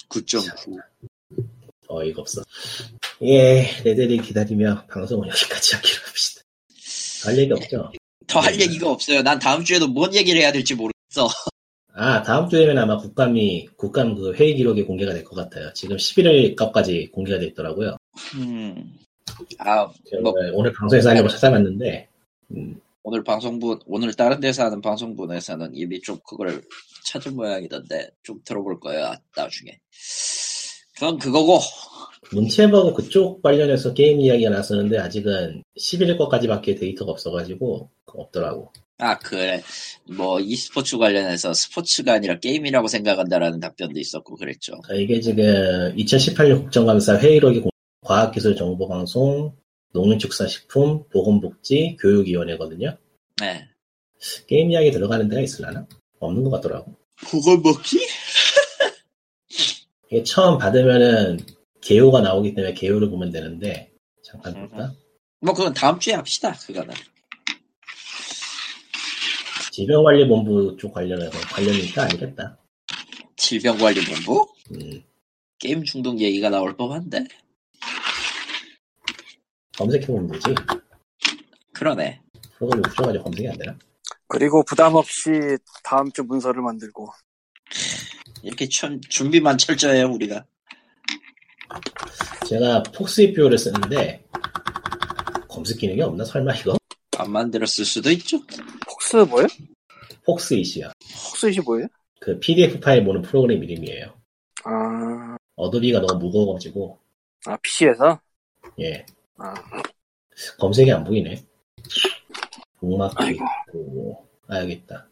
9.9 어이가 없어. 예, 레데리 기다리며 방송을 여기까지 하기로 합시다. 할 얘기 없죠? 더 할 얘기가 없어요. 난 다음 주에도 뭔 얘기를 해야 될지 모르겠어. 아, 다음 주에는 아마 국감이, 국감 그 회의 기록이 공개가 될 것 같아요. 지금 11일 것까지 공개가 돼 있더라고요. 음. 아, 제가 뭐. 오늘 방송에서 하려고 찾아봤는데, 음, 오늘 방송분, 오늘 다른 데서 하는 방송분에서는 이미 좀 그걸 찾은 모양이던데, 좀 들어볼 거예요, 나중에. 그건 그거고, 문체부하고 그쪽 관련해서 게임 이야기가 나서는데, 아직은 11일 것까지밖에 데이터가 없어가지고, 없더라고. 아, 그래. 뭐, e스포츠 관련해서 스포츠가 아니라 게임이라고 생각한다라는 답변도 있었고, 그랬죠. 그러니까 이게 지금 2018년 국정감사 회의록이 공- 과학기술정보방송, 농림축산식품, 보건복지, 교육위원회거든요. 네. 게임 이야기 들어가는 데가 있으려나? 없는 것 같더라고. 그걸 뭐 먹기? 이게 처음 받으면은 개요가 나오기 때문에 개요를 보면 되는데 잠깐 볼까? 뭐, 그건 다음 주에 합시다, 그거는. 질병관리본부 쪽 관련해서 관련이니까 아니겠다. 질병관리본부? 음, 게임 중독 얘기가 나올 법한데? 검색해보면 되지. 그러네. 프로그램이 없어가지고 검색이 안 되나? 그리고 부담 없이 다음 주 문서를 만들고 이렇게 천, 준비만 철저해요, 우리가. 제가 폭스 E EPO를 쓰는데 검색 기능이 없나? 설마 이거? 안 만들었을 수도 있죠. 폭스 뭐예요? 폭스 이시야. 폭스이 뭐예요? 그 PDF 파일 보는 프로그램 이름이에요. 아, 어도비가 너무 무거워가지고 아 PC에서? 예 아, 검색이 안 보이네. 공막도 아이고. 있고 아 여기 있다.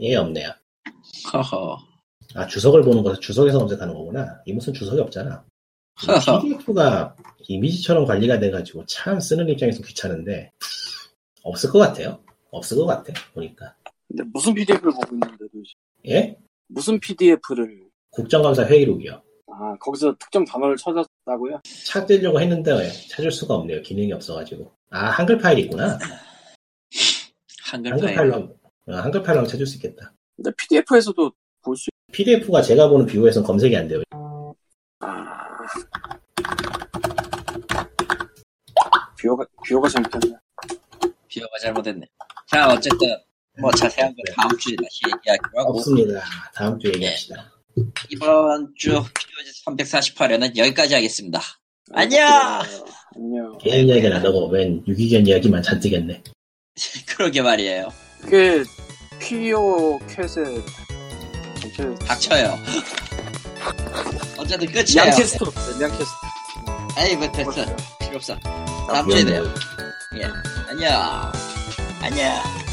예 없네요. 허허. 아, 주석을 보는 거서 주석에서 검색하는 거구나. 이 무슨 (laughs) 주석이 없잖아. PDF가 이미지처럼 관리가 돼가지고 참 쓰는 입장에서 귀찮은데, 없을 것 같아요. 없을 것 같아, 보니까. 근데 무슨 PDF를 보고 있는데 도대체 예? 무슨 PDF를 국정감사 회의록이요. 아 거기서 특정 단어를 찾았다고요? 찾으려고 했는데, 왜? 찾을 수가 없네요. 기능이 없어가지고. 아, 한글 파일 있구나. 한글 한글 파일. 파일로, 어, 한글 파일로 하면 찾을 수 있겠다. 근데 PDF에서도 볼 수 PDF가 제가 보는 비교에서는 검색이 안 돼요. 아... 비호가 비호가 잘못했네. 비어가 잘못했네. 자, 어쨌든, 뭐 자세한 건 다음 주에 다시 얘기하기로 하고, 없습니다. 다음 주에 얘기합시다. 이번 주 POG 348회는 여기까지 하겠습니다. 네, 안녕! 안녕. 게임 이야기 나누고 웬 유기견 이야기만 잔뜩 했네. 그러게 말이에요. 그게 PO 캣의 전체 닥쳐요. 어쨌든 끝이에요. 양캐스트 양캐스트 에이, 뭐 아, 됐어. 필요 없어. 다음 주에 돼요. 예. 안녕. 안녕.